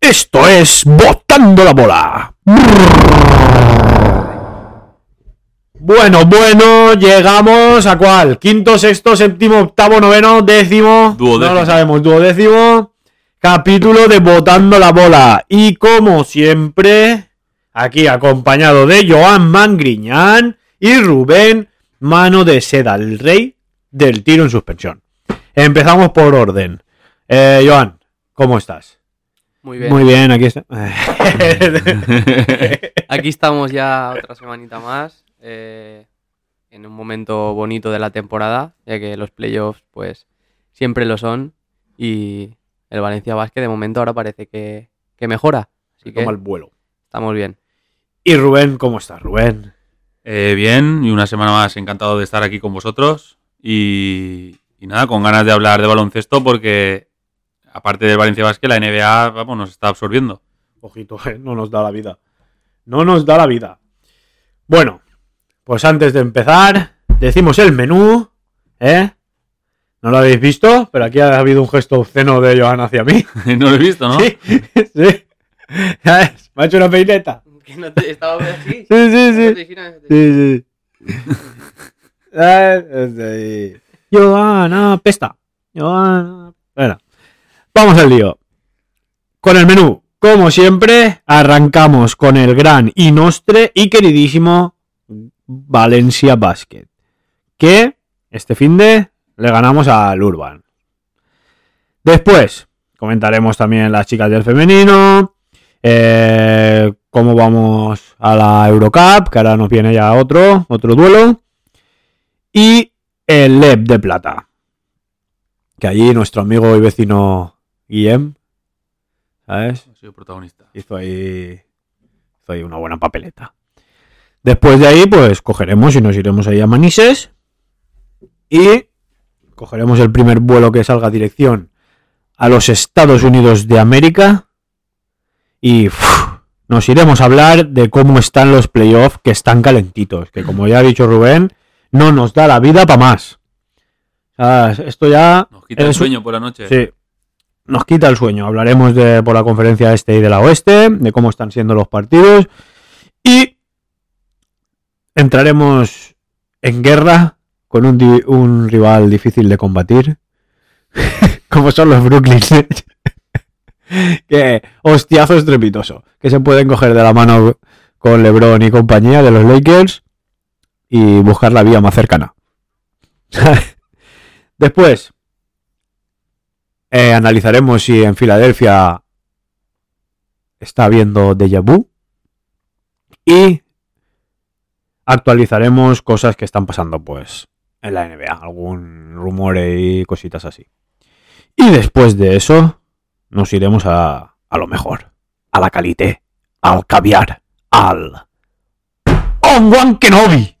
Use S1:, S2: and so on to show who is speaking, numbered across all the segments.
S1: Esto es Botando la Bola. Bueno, bueno, llegamos a cuál? Quinto, sexto, séptimo, octavo, noveno, décimo.
S2: Duodécimo.
S1: No lo sabemos, duodécimo. Capítulo de Botando la Bola. Y como siempre, aquí acompañado de Joan Mangriñán y Rubén Mano de Seda, el rey del tiro en suspensión. Empezamos por orden. Eh, Joan, ¿cómo estás?
S3: Muy bien.
S1: Muy bien, aquí está.
S3: Aquí estamos ya otra semanita más. eh, en un momento bonito de la temporada, ya que los playoffs, pues, siempre lo son. Y el Valencia Vázquez de momento ahora parece que, que mejora. Así que
S1: Toma el vuelo.
S3: estamos bien.
S1: Y Rubén, ¿cómo estás, Rubén?
S2: Eh, bien, y una semana más encantado de estar aquí con vosotros. Y, y nada, con ganas de hablar de baloncesto porque, aparte del Valencia Basket, la NBA vamos, nos está absorbiendo.
S1: Ojito, eh, no nos da la vida. No nos da la vida. Bueno, pues antes de empezar, decimos el menú, ¿eh? No lo habéis visto, pero aquí ha habido un gesto obsceno de Joan hacia mí.
S2: no lo he visto, ¿no?
S1: Sí, sí. Ya ves, Me ha hecho una peineta.
S3: Que no te estaba así.
S1: Sí, sí, sí. Sí, sí. Eh, eh, sí. Joana, pesta. Joana. Bueno, vamos al lío. Con el menú, como siempre, arrancamos con el gran y nostre y queridísimo Valencia Basket. Que este fin de le ganamos al Urban. Después, comentaremos también las chicas del femenino. Eh, cómo vamos a la Eurocup, que ahora nos viene ya otro, otro duelo. Y el LEP de plata. Que allí nuestro amigo y vecino Guillem, ¿sabes?
S2: Soy el protagonista.
S1: Hizo ahí, hizo ahí una buena papeleta. Después de ahí, pues cogeremos y nos iremos ahí a Manises. Y cogeremos el primer vuelo que salga dirección a los Estados Unidos de América. Y ¡fuf! nos iremos a hablar de cómo están los playoffs que están calentitos. Que como ya ha dicho Rubén, no nos da la vida para más. O sea, esto ya
S2: Nos quita el
S1: es un-
S2: sueño por la noche.
S1: Sí. Nos quita el sueño. Hablaremos de, por la conferencia este y de la oeste, de cómo están siendo los partidos. Y entraremos en guerra con un, di- un rival difícil de combatir, como son los Brooklyn Nets. que hostiazo estrepitoso, que se pueden coger de la mano con LeBron y compañía de los Lakers y buscar la vía más cercana. Después, eh, analizaremos si en Filadelfia está habiendo déjà vu. Y actualizaremos cosas que están pasando, pues, en la NBA. Algún rumor y cositas así. Y después de eso, nos iremos a, a lo mejor. A la calité. Al caviar. Al... One Kenobi!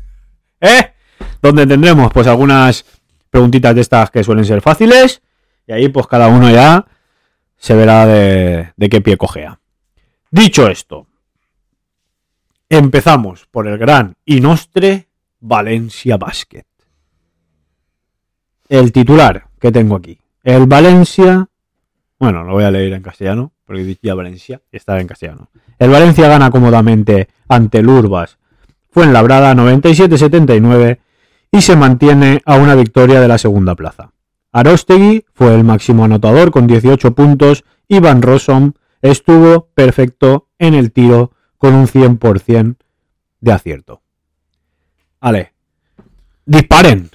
S1: ¿Eh? Donde tendremos, pues, algunas preguntitas de estas que suelen ser fáciles. Y ahí pues cada uno ya se verá de, de qué pie cojea. Dicho esto, empezamos por el gran y nostre Valencia Basket. El titular que tengo aquí. El Valencia... Bueno, lo voy a leer en castellano, porque dije ya Valencia y está en castellano. El Valencia gana cómodamente ante el Urbas. Fuenlabrada 97-79 y se mantiene a una victoria de la segunda plaza. Arostegui fue el máximo anotador con 18 puntos. Iván Rosom estuvo perfecto en el tiro con un 100% de acierto. Ale, disparen.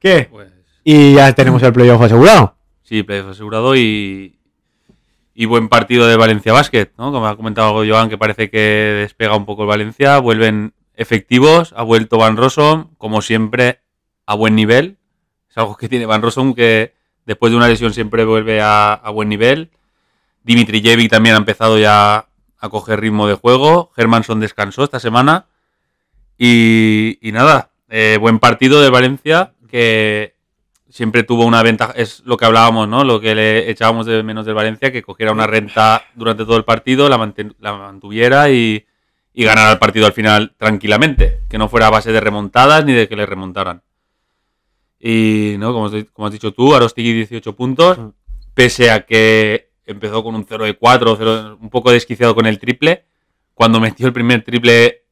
S1: ¿Qué?
S2: Pues,
S1: Y ya tenemos el playoff asegurado.
S2: sí, playoff asegurado y, y buen partido de Valencia Basket, ¿no? Como ha comentado Joan, que parece que despega un poco el Valencia, vuelven efectivos, ha vuelto Van Rossum, como siempre, a buen nivel. Es algo que tiene Van Rossum, que después de una lesión siempre vuelve a, a buen nivel. Dimitri Jevic también ha empezado ya a coger ritmo de juego. Germanson descansó esta semana. Y, y nada, eh, buen partido de Valencia, que siempre tuvo una ventaja, es lo que hablábamos, ¿no? Lo que le echábamos de menos del Valencia, que cogiera una renta durante todo el partido, la, manten- la mantuviera y, y ganara el partido al final tranquilamente, que no fuera a base de remontadas ni de que le remontaran. Y, ¿no? Como, has di- como has dicho tú, Arostigui 18 puntos,
S1: Mm.
S2: pese a que empezó con un 0 de 4, 0, un poco desquiciado con el triple. Cuando metió el primer triple,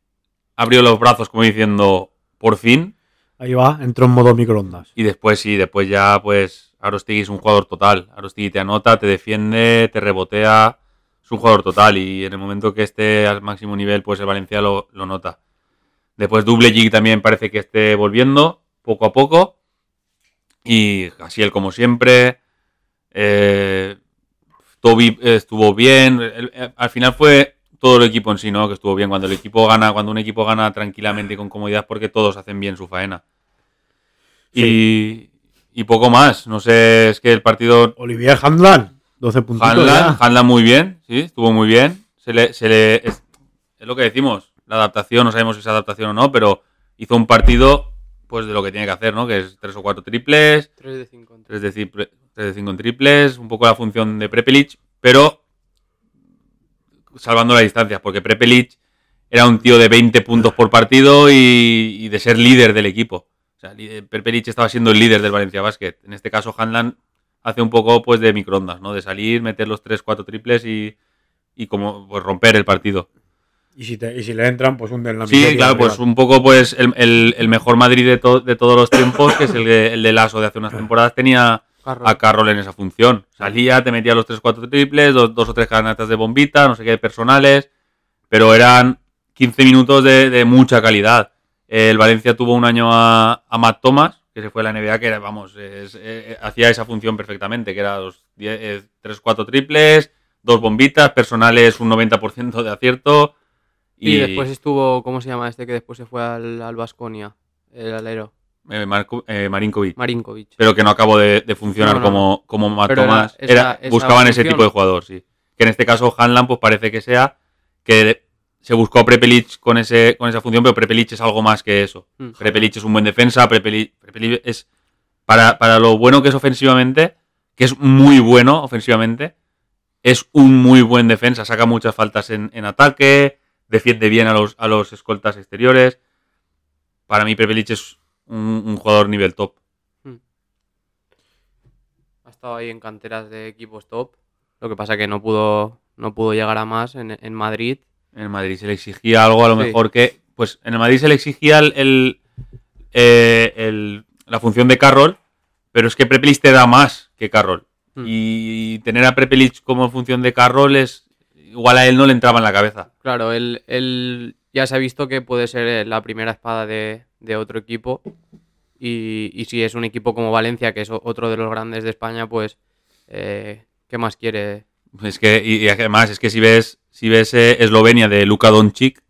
S2: abrió los brazos como diciendo, por fin.
S1: Ahí va, entró en modo microondas.
S2: Y después sí, después ya pues Arostegui es un jugador total. Arostegui te anota, te defiende, te rebotea. Es un jugador total y en el momento que esté al máximo nivel, pues el Valencia lo, lo nota. Después Dublejig también parece que esté volviendo poco a poco. Y Gasiel como siempre. Eh, Toby estuvo bien. El- el- al final fue todo el equipo en sí, ¿no? Que estuvo bien. Cuando el equipo gana, cuando un equipo gana tranquilamente y con comodidad, porque todos hacen bien su faena. Y, y poco más. No sé, es que el partido
S1: Olivier Handlan, 12 puntitos.
S2: Hanlan,
S1: ya.
S2: Hanlan muy bien, sí, estuvo muy bien. Se le, se le- es, es lo que decimos, la adaptación, no sabemos si es adaptación o no, pero hizo un partido pues de lo que tiene que hacer, ¿no? Que es tres o cuatro triples,
S3: 3 de 5 en
S2: 3 de, cipre- tres de 5 en triples, un poco la función de Prepelic, pero salvando las distancias, porque Prepelic era un tío de 20 puntos por partido y, y de ser líder del equipo. O sea, li- Prepelic estaba siendo el líder del Valencia Basket. En este caso, Hanlan hace un poco pues de microondas, ¿no? De salir, meter los 3-4 triples y, y como pues, romper el partido.
S1: Y, si te- y si le entran, pues hunden la
S2: Sí,
S1: miseria
S2: claro,
S1: al
S2: pues
S1: rival.
S2: un poco pues el, el- el mejor Madrid de, to- de todos los tiempos, que es el de, el de Lazo de hace unas temporadas, tenía
S3: Carroll.
S2: a Carroll en esa función. Salía, te metía los 3-4 triples, dos, dos o tres canastas de bombita, no sé qué, personales, pero eran 15 minutos de, de mucha calidad. El Valencia tuvo un año a, a Matt Thomas, que se fue a la NBA, que era, vamos, es- eh, hacía esa función perfectamente, que era los 3-4 triples, dos bombitas, personales un 90% de acierto.
S3: Y después estuvo, ¿cómo se llama este que después se fue al, al Baskonia? El alero,
S2: eh, Marco- eh, Marinkovic.
S3: Marinkovic.
S2: pero que no acabó de, de funcionar
S3: No, no.
S2: como, como Matt
S3: Pero era
S2: Thomas.
S3: esa-
S2: Era-
S3: esa
S2: buscaban ese
S3: función.
S2: tipo de jugador, sí. Que en este caso Hanlan, pues parece que sea que se buscó a Prepelic con, ese, con esa función, pero Prepelic es algo más que eso.
S3: Mm,
S2: Prepelic es un buen defensa, Prepelic, Prepelic es, para, para lo bueno que es ofensivamente, que es muy bueno ofensivamente, es un muy buen defensa, saca muchas faltas en, en ataque, defiende bien a los, a los escoltas exteriores. Para mí Prepelic es un- un jugador nivel top.
S3: Ha estado ahí en canteras de equipos top. Lo que pasa que no pudo, no pudo llegar a más en, en Madrid.
S2: En el Madrid se le exigía algo, a lo
S3: Sí.
S2: mejor que. Pues en el Madrid se le exigía el, el- eh, el- la función de Carroll, pero es que Prepelic te da más que Carroll.
S3: Mm.
S2: Y tener a Prepelic como función de Carroll es. Igual a él no le entraba en la cabeza.
S3: Claro, él, él ya se ha visto que puede ser eh, la primera espada de, de otro equipo. Y, y si es un equipo como Valencia, que es o- otro de los grandes de España, pues, eh, ¿qué más quiere?
S2: Es que, y, y además, es que si ves, si ves eh, Eslovenia de Luka Doncic,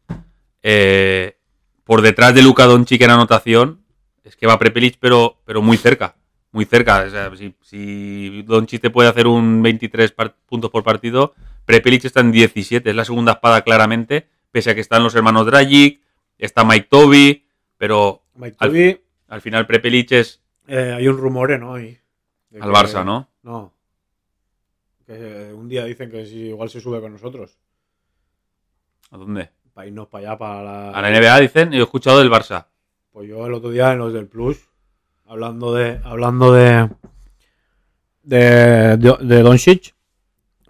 S2: eh, por detrás de Luka Doncic en anotación, es que va Prepelic, pero, pero muy cerca. Muy cerca. O sea, si, si Doncic te puede hacer un 23 par- puntos por partido, Prepelic está en 17. Es la segunda espada claramente, pese a que están los hermanos Dragic, está Mike Toby, pero
S1: Mike
S2: al-
S1: Toby,
S2: al final Prepelic es
S1: eh, hay un rumor, ¿no? Ahí, de
S2: al
S1: que-
S2: Barça, ¿no?
S1: No. Que eh, un día dicen que si igual se sube con nosotros.
S2: ¿A dónde?
S1: Para irnos para allá, para la.
S2: A la NBA dicen, y he escuchado del Barça.
S1: Pues yo el otro día en los del Plus, hablando de. Hablando de. De, de, de Doncic.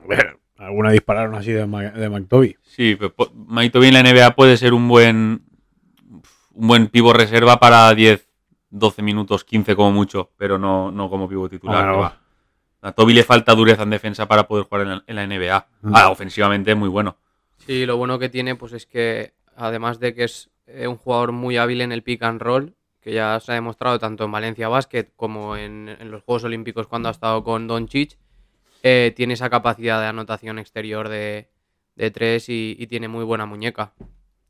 S1: A ver, alguna dispararon así de, Ma- de McToby.
S2: Sí, pero po- Mike Tobin en la NBA puede ser un buen un buen pivo reserva para 10, 12 minutos, 15 como mucho, pero no, no como pivo titular.
S1: Ah,
S2: que
S1: no.
S2: va. A Toby le falta dureza en defensa para poder jugar en la, en la NBA.
S1: Mm.
S2: Ah, ofensivamente es muy bueno.
S3: Sí, lo bueno que tiene, pues es que, además de que es eh, un jugador muy hábil en el pick and roll, que ya se ha demostrado tanto en Valencia Basket como en, en los Juegos Olímpicos cuando ha estado con Doncic, eh, tiene esa capacidad de anotación exterior de, de tres y, y tiene muy buena muñeca.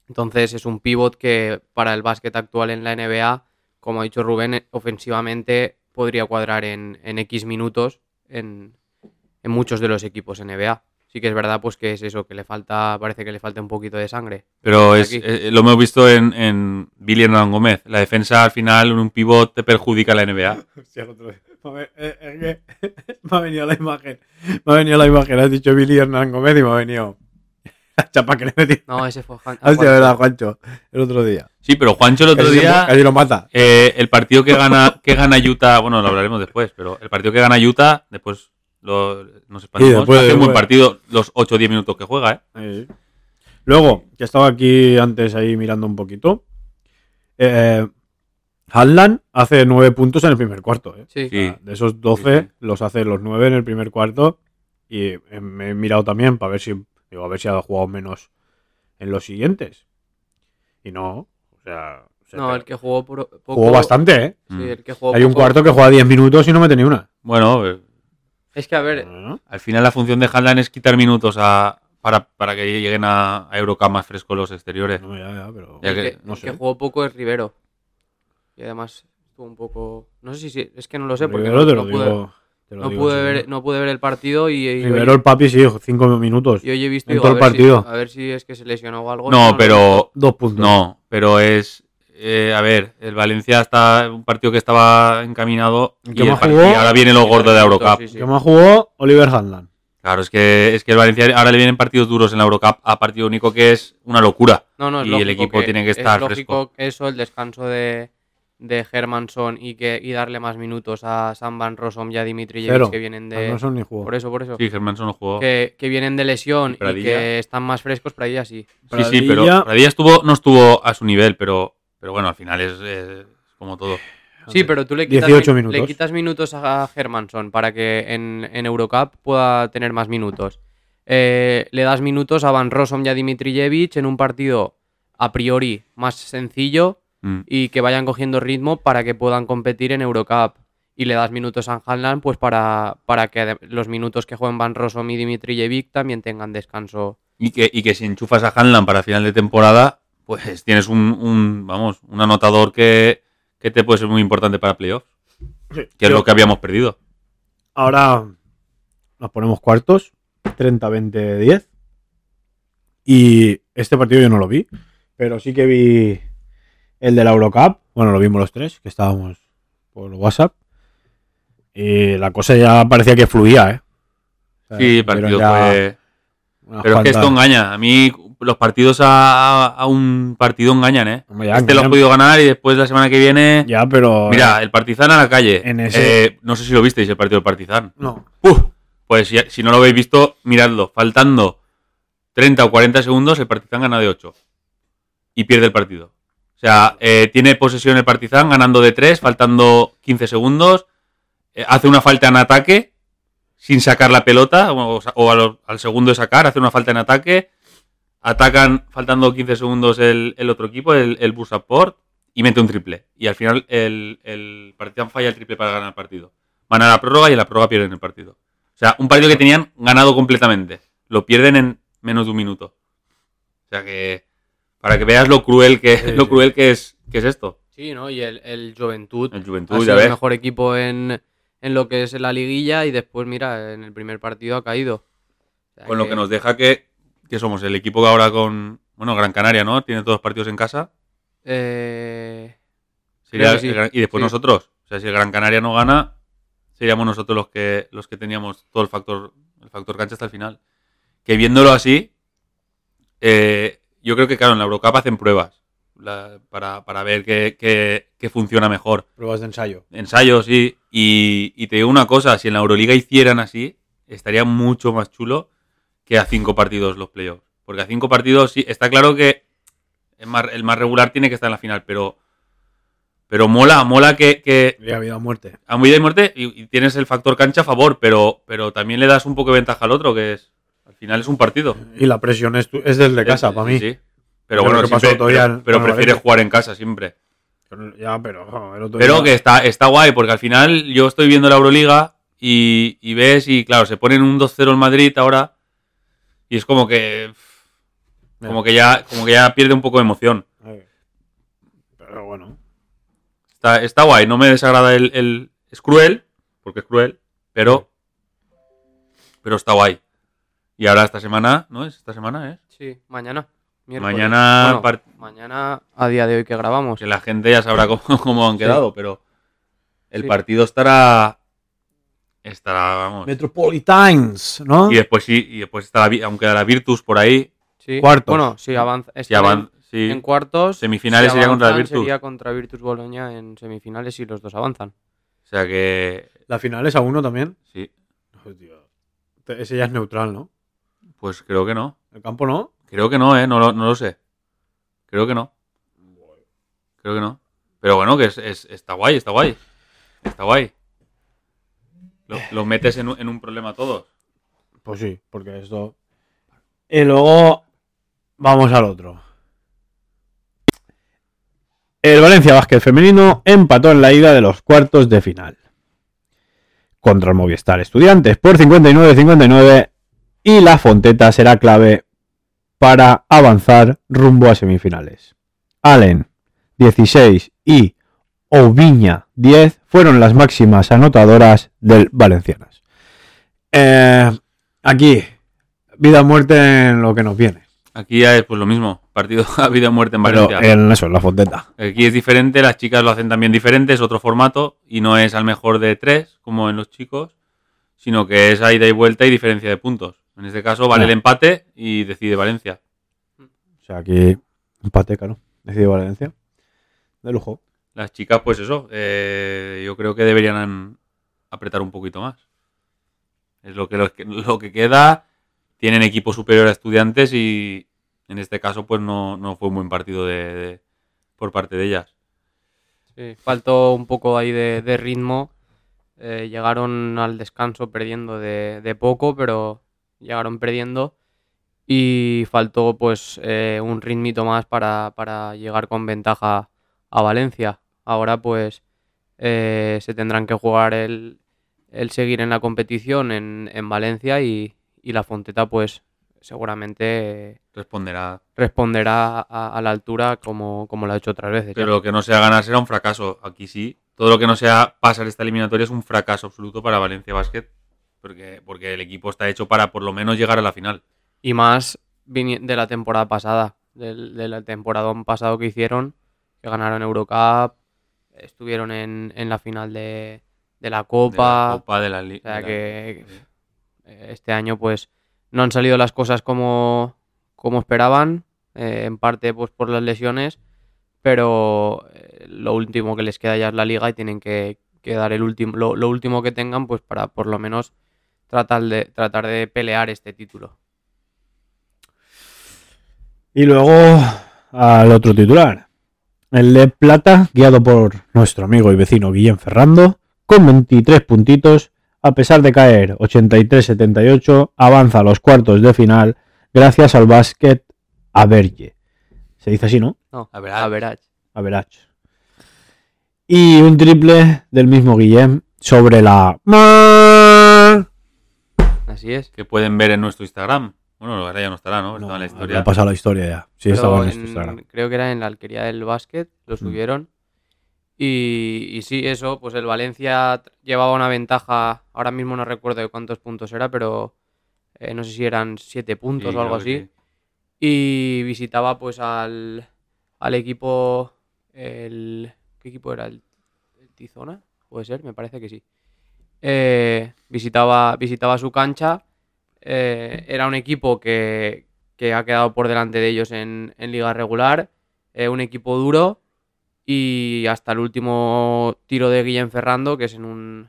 S3: Entonces es un pivot que para el básquet actual en la NBA, como ha dicho Rubén, eh, ofensivamente podría cuadrar en, en X minutos en, en muchos de los equipos NBA. Sí que es verdad pues que es eso, que le falta, parece que le falta un poquito de sangre.
S2: Pero
S3: Por
S2: es,
S3: aquí.
S2: eh, lo hemos visto en, en Billy Hernán Gómez. La defensa al final en un pivot te perjudica la NBA.
S1: Hostia, el otro día. A ver, eh, es que me ha venido la imagen. Me ha venido la imagen. Has dicho Billy Hernán Gómez y me ha venido la chapa que le metí.
S3: No, ese fue Juan-
S1: Hostia,
S3: Juan-
S1: verdad, Juancho. El otro día.
S2: Sí, pero Juancho Ah, el otro
S1: Casi se
S2: día...
S1: mu- Casi lo mata.
S2: Eh, el partido que gana, que gana Utah, bueno, lo hablaremos después, pero el partido que gana Utah, después Lo- nos expandimos.
S1: Y después-
S2: Hace un buen
S1: después-
S2: partido los 8 o 10 minutos que juega, ¿eh?
S1: Eh, Luego, que estaba aquí antes ahí mirando un poquito. Eh, Haaland hace nueve puntos en el primer cuarto. ¿eh?
S3: Sí.
S2: Sí.
S1: De esos 12,
S2: Sí, sí.
S1: los hace los nueve en el primer cuarto. Y eh, me he mirado también para ver si digo, a ver si ha jugado menos en los siguientes. Y no, o sea, se
S3: No,
S1: te-
S3: el que jugó por- poco.
S1: jugó bastante, ¿eh?
S3: Sí,
S2: Mm.
S3: el que jugó
S1: Hay un
S3: poco-
S1: cuarto que juega 10 minutos y no me tenía una.
S2: Bueno, eh,
S3: Es que, a ver,
S1: Ah,
S2: al final la función de Haaland es quitar minutos a, para, para que lleguen a, a Eurocup más frescos los exteriores.
S1: no, ya, ya, pero-
S2: Ya
S3: el,
S2: que-
S3: que,
S1: no
S3: el
S1: sé.
S3: que jugó poco es Rivero. Y además estuvo un poco. No sé si. si- es que no lo sé porque
S1: Rivero
S3: no,
S1: te
S3: no
S1: lo
S3: pude,
S1: digo- te lo
S3: no
S1: digo
S3: pude
S1: así.
S3: ver, no pude ver el partido y. y
S1: Primero el papi, sí, cinco minutos.
S3: y hoy he visto.
S1: en
S3: digo,
S1: todo
S3: a
S1: el
S3: ver
S1: partido.
S3: Si, a ver si es que se lesionó o algo.
S2: No,
S3: lo-
S2: pero
S1: Dos puntos.
S2: No, pero es. eh, a ver, el Valencia está un partido que estaba encaminado
S1: ¿En
S2: y,
S1: qué
S2: el
S1: más
S2: par-
S1: jugó?
S2: y ahora viene lo gordo de la Eurocup.
S3: Sí, sí.
S1: Que más jugó Oliver Hanlan.
S2: Claro, es que, es que el Valencia ahora le vienen partidos duros en la Eurocup a partido único que es una locura.
S3: No, no, es
S2: Y el
S3: lógico
S2: equipo tiene que estar
S3: es lógico Eso, el descanso de, de Hermanson y, que, y darle más minutos a Sam Van Rossum y a Dimitrijevic
S1: Cero.
S3: que vienen de.
S1: Pues No son ni jugó.
S3: Por eso, por eso.
S2: Sí, Germanson no jugó.
S3: Que, que vienen de lesión
S2: ¿Y
S3: y,
S2: Pradilla?
S3: que están más frescos, Pradilla sí.
S2: Sí, sí, pero
S1: Pradilla-
S2: Pradilla estuvo, no estuvo a su nivel, pero, pero bueno, al final es, es como todo.
S3: Sí, pero tú le quitas,
S1: 18
S3: min-
S1: minutos.
S3: le quitas minutos a Hermanson para que en, en Eurocup pueda tener más minutos. Eh, le das minutos a Van Rossum y a Dimitrijevic en un partido a priori más sencillo
S2: Mm.
S3: y que vayan cogiendo ritmo para que puedan competir en Eurocup. Y le das minutos a Hanlan pues para, para que ade- los minutos que jueguen Van Rossum y Dimitrijevic también tengan descanso.
S2: Y que, y que si enchufas a Hanlan para final de temporada, pues tienes un, un, vamos, un anotador que, que te puede ser muy importante para playoffs, que es
S1: Yo-
S2: lo que habíamos perdido.
S1: Ahora nos ponemos cuartos. 30, 20, 10. Y este partido yo no lo vi. Pero sí que vi el de la Eurocup. Bueno, lo vimos los tres, que estábamos por WhatsApp. Y la cosa ya parecía que fluía, ¿eh? O sea,
S2: Sí, el
S1: tuvieron
S2: partido
S1: ya
S2: fue...
S1: unas
S2: Pero es que
S1: cuantas-
S2: esto engaña. A mí los partidos a, a un partido engañan, ¿eh?
S1: Hombre, ya,
S2: este lo has
S1: engañan.
S2: podido ganar y después la semana que viene...
S1: Ya, pero.
S2: Mira, el Partizan a la calle.
S1: En ese-
S2: Eh, no sé si lo visteis, el partido del Partizan.
S1: No.
S2: Pues si, si no lo habéis visto, miradlo. Faltando 30 o 40 segundos, el Partizan gana de 8. Y pierde el partido. O sea, eh, tiene posesión el Partizan ganando de 3, faltando 15 segundos. eh, hace una falta en ataque sin sacar la pelota o, o a lo- al segundo de sacar, hace una falta en ataque. Atacan faltando 15 segundos el, el otro equipo, el, el Bursaspor, y mete un triple. Y al final el, el Partizan falla el triple para ganar el partido. Van a la prórroga y en la prórroga pierden el partido. O sea, un partido que tenían ganado completamente. Lo pierden en menos de un minuto. O sea que. Para que veas lo cruel que,
S1: Sí,
S2: lo
S1: sí.
S2: cruel que es, que es esto.
S3: Sí, ¿no? Y el, el Juventud
S2: El
S3: ha
S2: Juventud, ya
S3: sido el
S2: ves.
S3: mejor equipo en, en lo que es la liguilla y después, mira, en el primer partido ha caído. O sea
S2: Con lo que nos deja que, que somos el equipo que ahora con. Bueno, Gran Canaria, ¿no? Tiene todos los partidos en casa.
S3: eh,
S2: Sería
S3: Creo que sí.
S2: el Gran- y después
S3: Sí.
S2: nosotros. O sea, si el Gran Canaria no gana, seríamos nosotros los que los que teníamos todo el factor el factor cancha hasta el final. Que viéndolo así, eh, yo creo que, claro, en la Eurocup hacen pruebas la- para, para ver qué, qué- qué funciona mejor.
S1: Pruebas de ensayo.
S2: Ensayos, sí. Y, y te digo una cosa, si en la Euroliga hicieran así, estaría mucho más chulo que a cinco partidos los playoffs. Porque a cinco partidos, sí, está claro que el más, el más regular tiene que estar en la final, pero, pero mola, mola que, que
S1: Habría habido muerte.
S2: a muy de muerte y, y tienes el factor cancha a favor, pero, pero también le das un poco de ventaja al otro, que es al final es un partido.
S1: Y la presión es, tu- es desde casa,
S2: Sí,
S1: para mí.
S2: sí.
S1: Creo
S2: Pero bueno,
S1: que pasó
S2: siempre-
S1: todavía
S2: pero,
S1: en-
S2: pero
S1: con el
S2: prefieres
S1: Valencia.
S2: jugar en casa siempre.
S1: Pero- Ya, pero. jo, el otro
S2: Pero
S1: día-
S2: que está, está guay, porque al final yo estoy viendo la Euroliga y, y ves, y claro, se ponen un 2-0 en Madrid ahora, y es como que.
S1: Ya.
S2: Como que ya, como que ya pierde un poco de emoción.
S1: Eh, Pero bueno.
S2: Está, está guay, no me desagrada el, el- Es cruel, porque es cruel, pero. Pero está guay. Y ahora esta semana, ¿no es? Esta semana, ¿eh?
S3: Sí, mañana. miércoles.
S2: Mañana.
S3: Bueno,
S2: part-
S3: mañana, a día de hoy que grabamos.
S2: Que la gente ya sabrá cómo, cómo han
S3: Sí.
S2: quedado, pero. El
S3: Sí.
S2: partido estará. Estará, vamos.
S1: Metropolitans, ¿no?
S2: Y después sí, y después está la, Vi- aún queda la Virtus por ahí.
S3: Sí.
S1: Cuartos.
S3: Bueno, sí, avanza.
S2: Si
S3: está
S2: avan-
S3: en,
S2: sí.
S3: en cuartos.
S2: Semifinales sería contra el
S3: avanzan,
S2: Virtus.
S3: Sería contra Virtus Boloña en semifinales y los dos avanzan.
S2: O sea que.
S1: La final es a uno también.
S2: Sí.
S1: Hostia. Ese ya es neutral, ¿no?
S2: Pues creo que no.
S1: El campo no.
S2: Creo que no, ¿eh? No lo, no lo sé. Creo que no. Creo que no. Pero bueno, que es, es- está guay, está guay. Está guay. Lo, lo metes en, un- en un problema todo.
S1: Pues sí, porque esto. Y luego vamos al otro. El Valencia Básquet Femenino empató en la ida de los cuartos de final. Contra el Movistar Estudiantes por 59-59 y la Fonteta será clave para avanzar rumbo a semifinales. Allen 16 y Oviña 10 fueron las máximas anotadoras del Valencianas. Eh, aquí, vida o muerte en lo que nos viene.
S2: Aquí ya es pues lo mismo. Partido a vida o muerte en
S1: Pero
S2: Valencia.
S1: en eso, en la fonteta.
S2: Aquí es diferente, las chicas lo hacen también diferente, es otro formato y no es al mejor de tres, como en los chicos, sino que es a ida y vuelta y diferencia de puntos. En este caso vale
S1: Ah.
S2: el empate y decide Valencia.
S1: O sea, aquí, empate, claro. Decidió Valencia. De lujo.
S2: Las chicas, pues eso, eh, yo creo que deberían apretar un poquito más. Es lo que, lo que, lo que queda, tienen equipo superior a estudiantes y en este caso pues no, no fue un buen partido de- de- por parte de ellas.
S3: Sí, faltó un poco ahí de, de ritmo. Eh, llegaron al descanso perdiendo de, de poco, pero llegaron perdiendo. Y faltó pues eh, un ritmito más para, para llegar con ventaja a Valencia. Ahora pues eh, se tendrán que jugar el, el seguir en la competición en, en Valencia y, y la Fonteta pues seguramente eh,
S2: Responderá
S3: responderá a, a la altura como, como lo ha hecho otras veces. ya.
S2: Pero lo que no sea ganar será un fracaso. Aquí sí. Todo lo que no sea pasar esta eliminatoria es un fracaso absoluto para Valencia Basket. Porque, porque el equipo está hecho para por lo menos llegar a la final.
S3: Y más vini- de la temporada pasada, del, de la temporada pasado que hicieron, que ganaron Eurocup, estuvieron en, en la final de,
S2: De
S3: de la
S2: la
S3: Copa.
S2: Copa de la Li-
S3: o sea
S2: de la-
S3: que eh, este año pues no han salido las cosas como, como esperaban, eh, en parte pues por las lesiones, pero eh, lo último que les queda ya es la liga y tienen que, que dar el último, lo, lo último que tengan pues para por lo menos tratar de, tratar de pelear este título.
S1: Y luego al otro titular. El de Plata, guiado por nuestro amigo y vecino Guillén Ferrando, con 23 puntitos, a pesar de caer 83-78, avanza a los cuartos de final gracias al básquet Averge. Se dice así, ¿no?
S3: No,
S2: Average.
S3: average.
S1: Average. Y un triple del mismo Guillem sobre la.
S3: Así es.
S2: Que pueden ver en nuestro Instagram. Bueno, ahora ya no estará, ¿no? Estaba en la historia.
S1: Ha pasado la historia ya. Sí,
S3: Pero
S1: estaba en nuestro
S3: en-
S1: Instagram.
S3: Creo que era en la alquería del básquet, lo subieron. Y, y sí, eso, pues el Valencia tr- llevaba una ventaja, ahora mismo no recuerdo de cuántos puntos era, pero eh, no sé si eran siete
S2: Sí,
S3: puntos o
S2: creo
S3: algo
S2: que
S3: así.
S2: sí.
S3: Y visitaba pues al, al equipo, el, ¿qué equipo era? ¿El, el Tizona? Puede ser, me parece que sí. Eh, visitaba, visitaba su cancha. eh, era un equipo que, que ha quedado por delante de ellos en, en liga regular. eh, un equipo duro. Y hasta el último tiro de Guillén Ferrando, que es en un,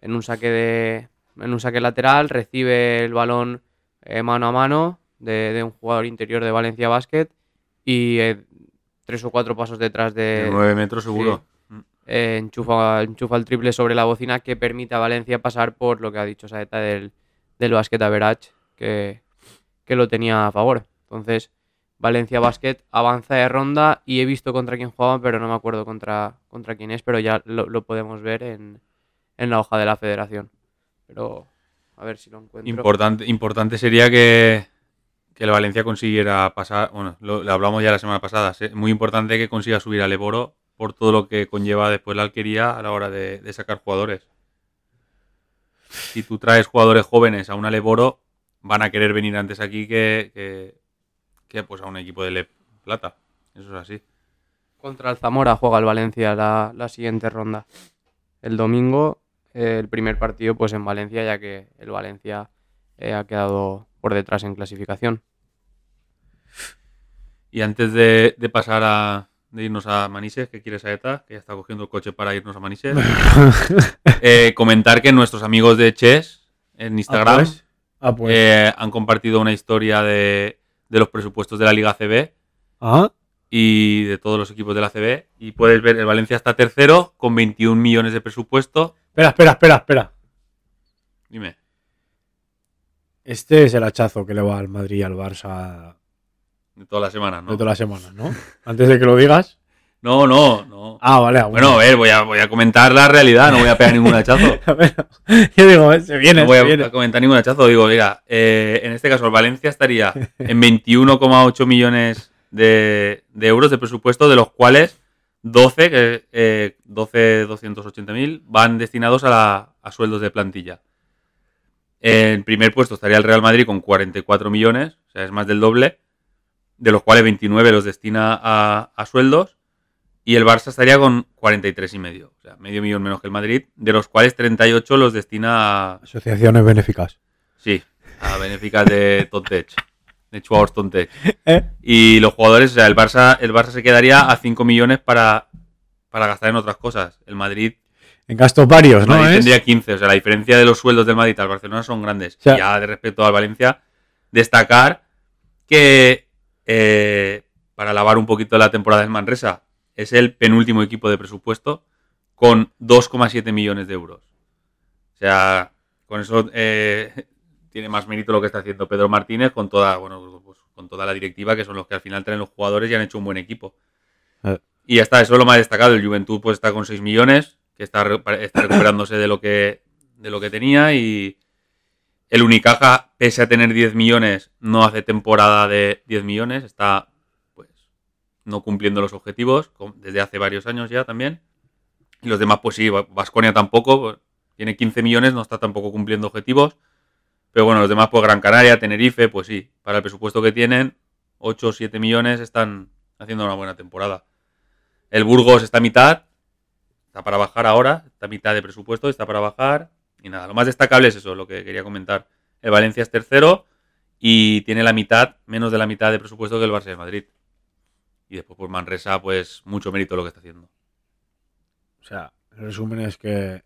S3: en un saque de. En un saque lateral, recibe el balón eh, mano a mano de, de un jugador interior de Valencia Basket y eh, tres o cuatro pasos detrás
S2: De
S3: de,
S2: nueve metros seguro. Mm.
S3: eh, enchufa, enchufa el triple sobre la bocina que permite a Valencia pasar por lo que ha dicho Saeta del, del basket average, que, que lo tenía a favor. Entonces, Valencia Basket avanza de ronda y he visto contra quién jugaban, pero no me acuerdo contra, contra quién es, pero ya lo, lo podemos ver en, en la hoja de la federación. Pero a ver si lo encuentro.
S2: Importante, importante sería que, que el Valencia consiguiera pasar. Bueno, lo, lo hablamos ya la semana pasada. Es muy importante que consiga subir al Eboro por todo lo que conlleva después la alquería a la hora de, de sacar jugadores. Si tú traes jugadores jóvenes a un Aleboro, van a querer venir antes aquí que, que, que, pues a un equipo de Le Plata. Eso es así.
S3: Contra el Zamora juega el Valencia la, la siguiente ronda. El domingo, eh, el primer partido, pues en Valencia, ya que el Valencia eh, ha quedado por detrás en clasificación.
S2: Y antes de, de pasar a de irnos a Manises, que quieres a ETA, que ya está cogiendo el coche para irnos a Manises, eh, comentar que nuestros amigos de Chess en Instagram.
S1: pues. Ah, pues.
S2: eh, han compartido una historia de, de los presupuestos de la Liga CB
S1: Ah,
S2: y de todos los equipos de la CB. Y puedes ver, el Valencia está tercero con 21 millones de presupuesto.
S1: espera, espera, espera, espera.
S2: Dime.
S1: Este es el hachazo que le va al Madrid y al Barça
S2: De todas las semanas, ¿no?
S1: de todas las semanas, ¿no? Antes de que lo digas.
S2: No, no, no.
S1: Ah, vale. aún
S2: bueno, a ver, voy a, voy a comentar la realidad, no voy a pegar ningún hachazo.
S1: A ver, yo digo, eh, se viene,
S2: eh. No voy
S1: se
S2: a, a
S1: viene.
S2: comentar ningún hachazo. Digo, mira, eh, en este caso el Valencia estaría en 21,8 millones de, de euros de presupuesto, de los cuales 12, que, eh, 12, 280.000 van destinados a, la- a sueldos de plantilla. En primer puesto estaría el Real Madrid con 44 millones, o sea, es más del doble, de los cuales 29 los destina a, a sueldos. Y el Barça estaría con 43 y medio, o sea, medio millón menos que el Madrid, de los cuales 38 los destina a,
S1: Asociaciones benéficas.
S2: Sí, a benéficas de Tontech. De jugadores Tontech.
S1: ¿Eh?
S2: Y los jugadores, o sea, el Barça, el Barça se quedaría a 5 millones para, para gastar en otras cosas. El Madrid,
S1: En gastos varios,
S2: el
S1: ¿no?
S2: Madrid
S1: ¿Es?
S2: tendría 15. O sea, la diferencia de los sueldos del Madrid al Barcelona son grandes.
S1: O sea-
S2: ya de respecto al Valencia, destacar que eh, para lavar un poquito la temporada del Manresa, es el penúltimo equipo de presupuesto con 2,7 millones de euros. O sea, con eso eh, tiene más mérito lo que está haciendo Pedro Martínez con toda, bueno, pues, con toda la directiva, que son los que al final traen los jugadores y han hecho un buen equipo.
S1: Ah.
S2: Y ya está, eso es lo más destacado. El Juventud pues está con 6 millones, que está, re- está recuperándose de lo que de lo que tenía y el Unicaja, pese a tener 10 millones, no hace temporada de 10 millones, está pues no cumpliendo los objetivos com- desde hace varios años ya también. Y los demás, pues sí, Vasconia tampoco, pues, tiene 15 millones, no está tampoco cumpliendo objetivos. Pero bueno, los demás, pues Gran Canaria, Tenerife, pues sí, para el presupuesto que tienen, 8 o 7 millones están haciendo una buena temporada. El Burgos está a mitad, está para bajar ahora, está a mitad de presupuesto, está para bajar. Y nada, lo más destacable es eso, lo que quería comentar. El Valencia es tercero y tiene la mitad, menos de la mitad de presupuesto que el Barça de Madrid. Y después, pues Manresa, pues mucho mérito lo que está haciendo.
S1: O sea, el resumen es que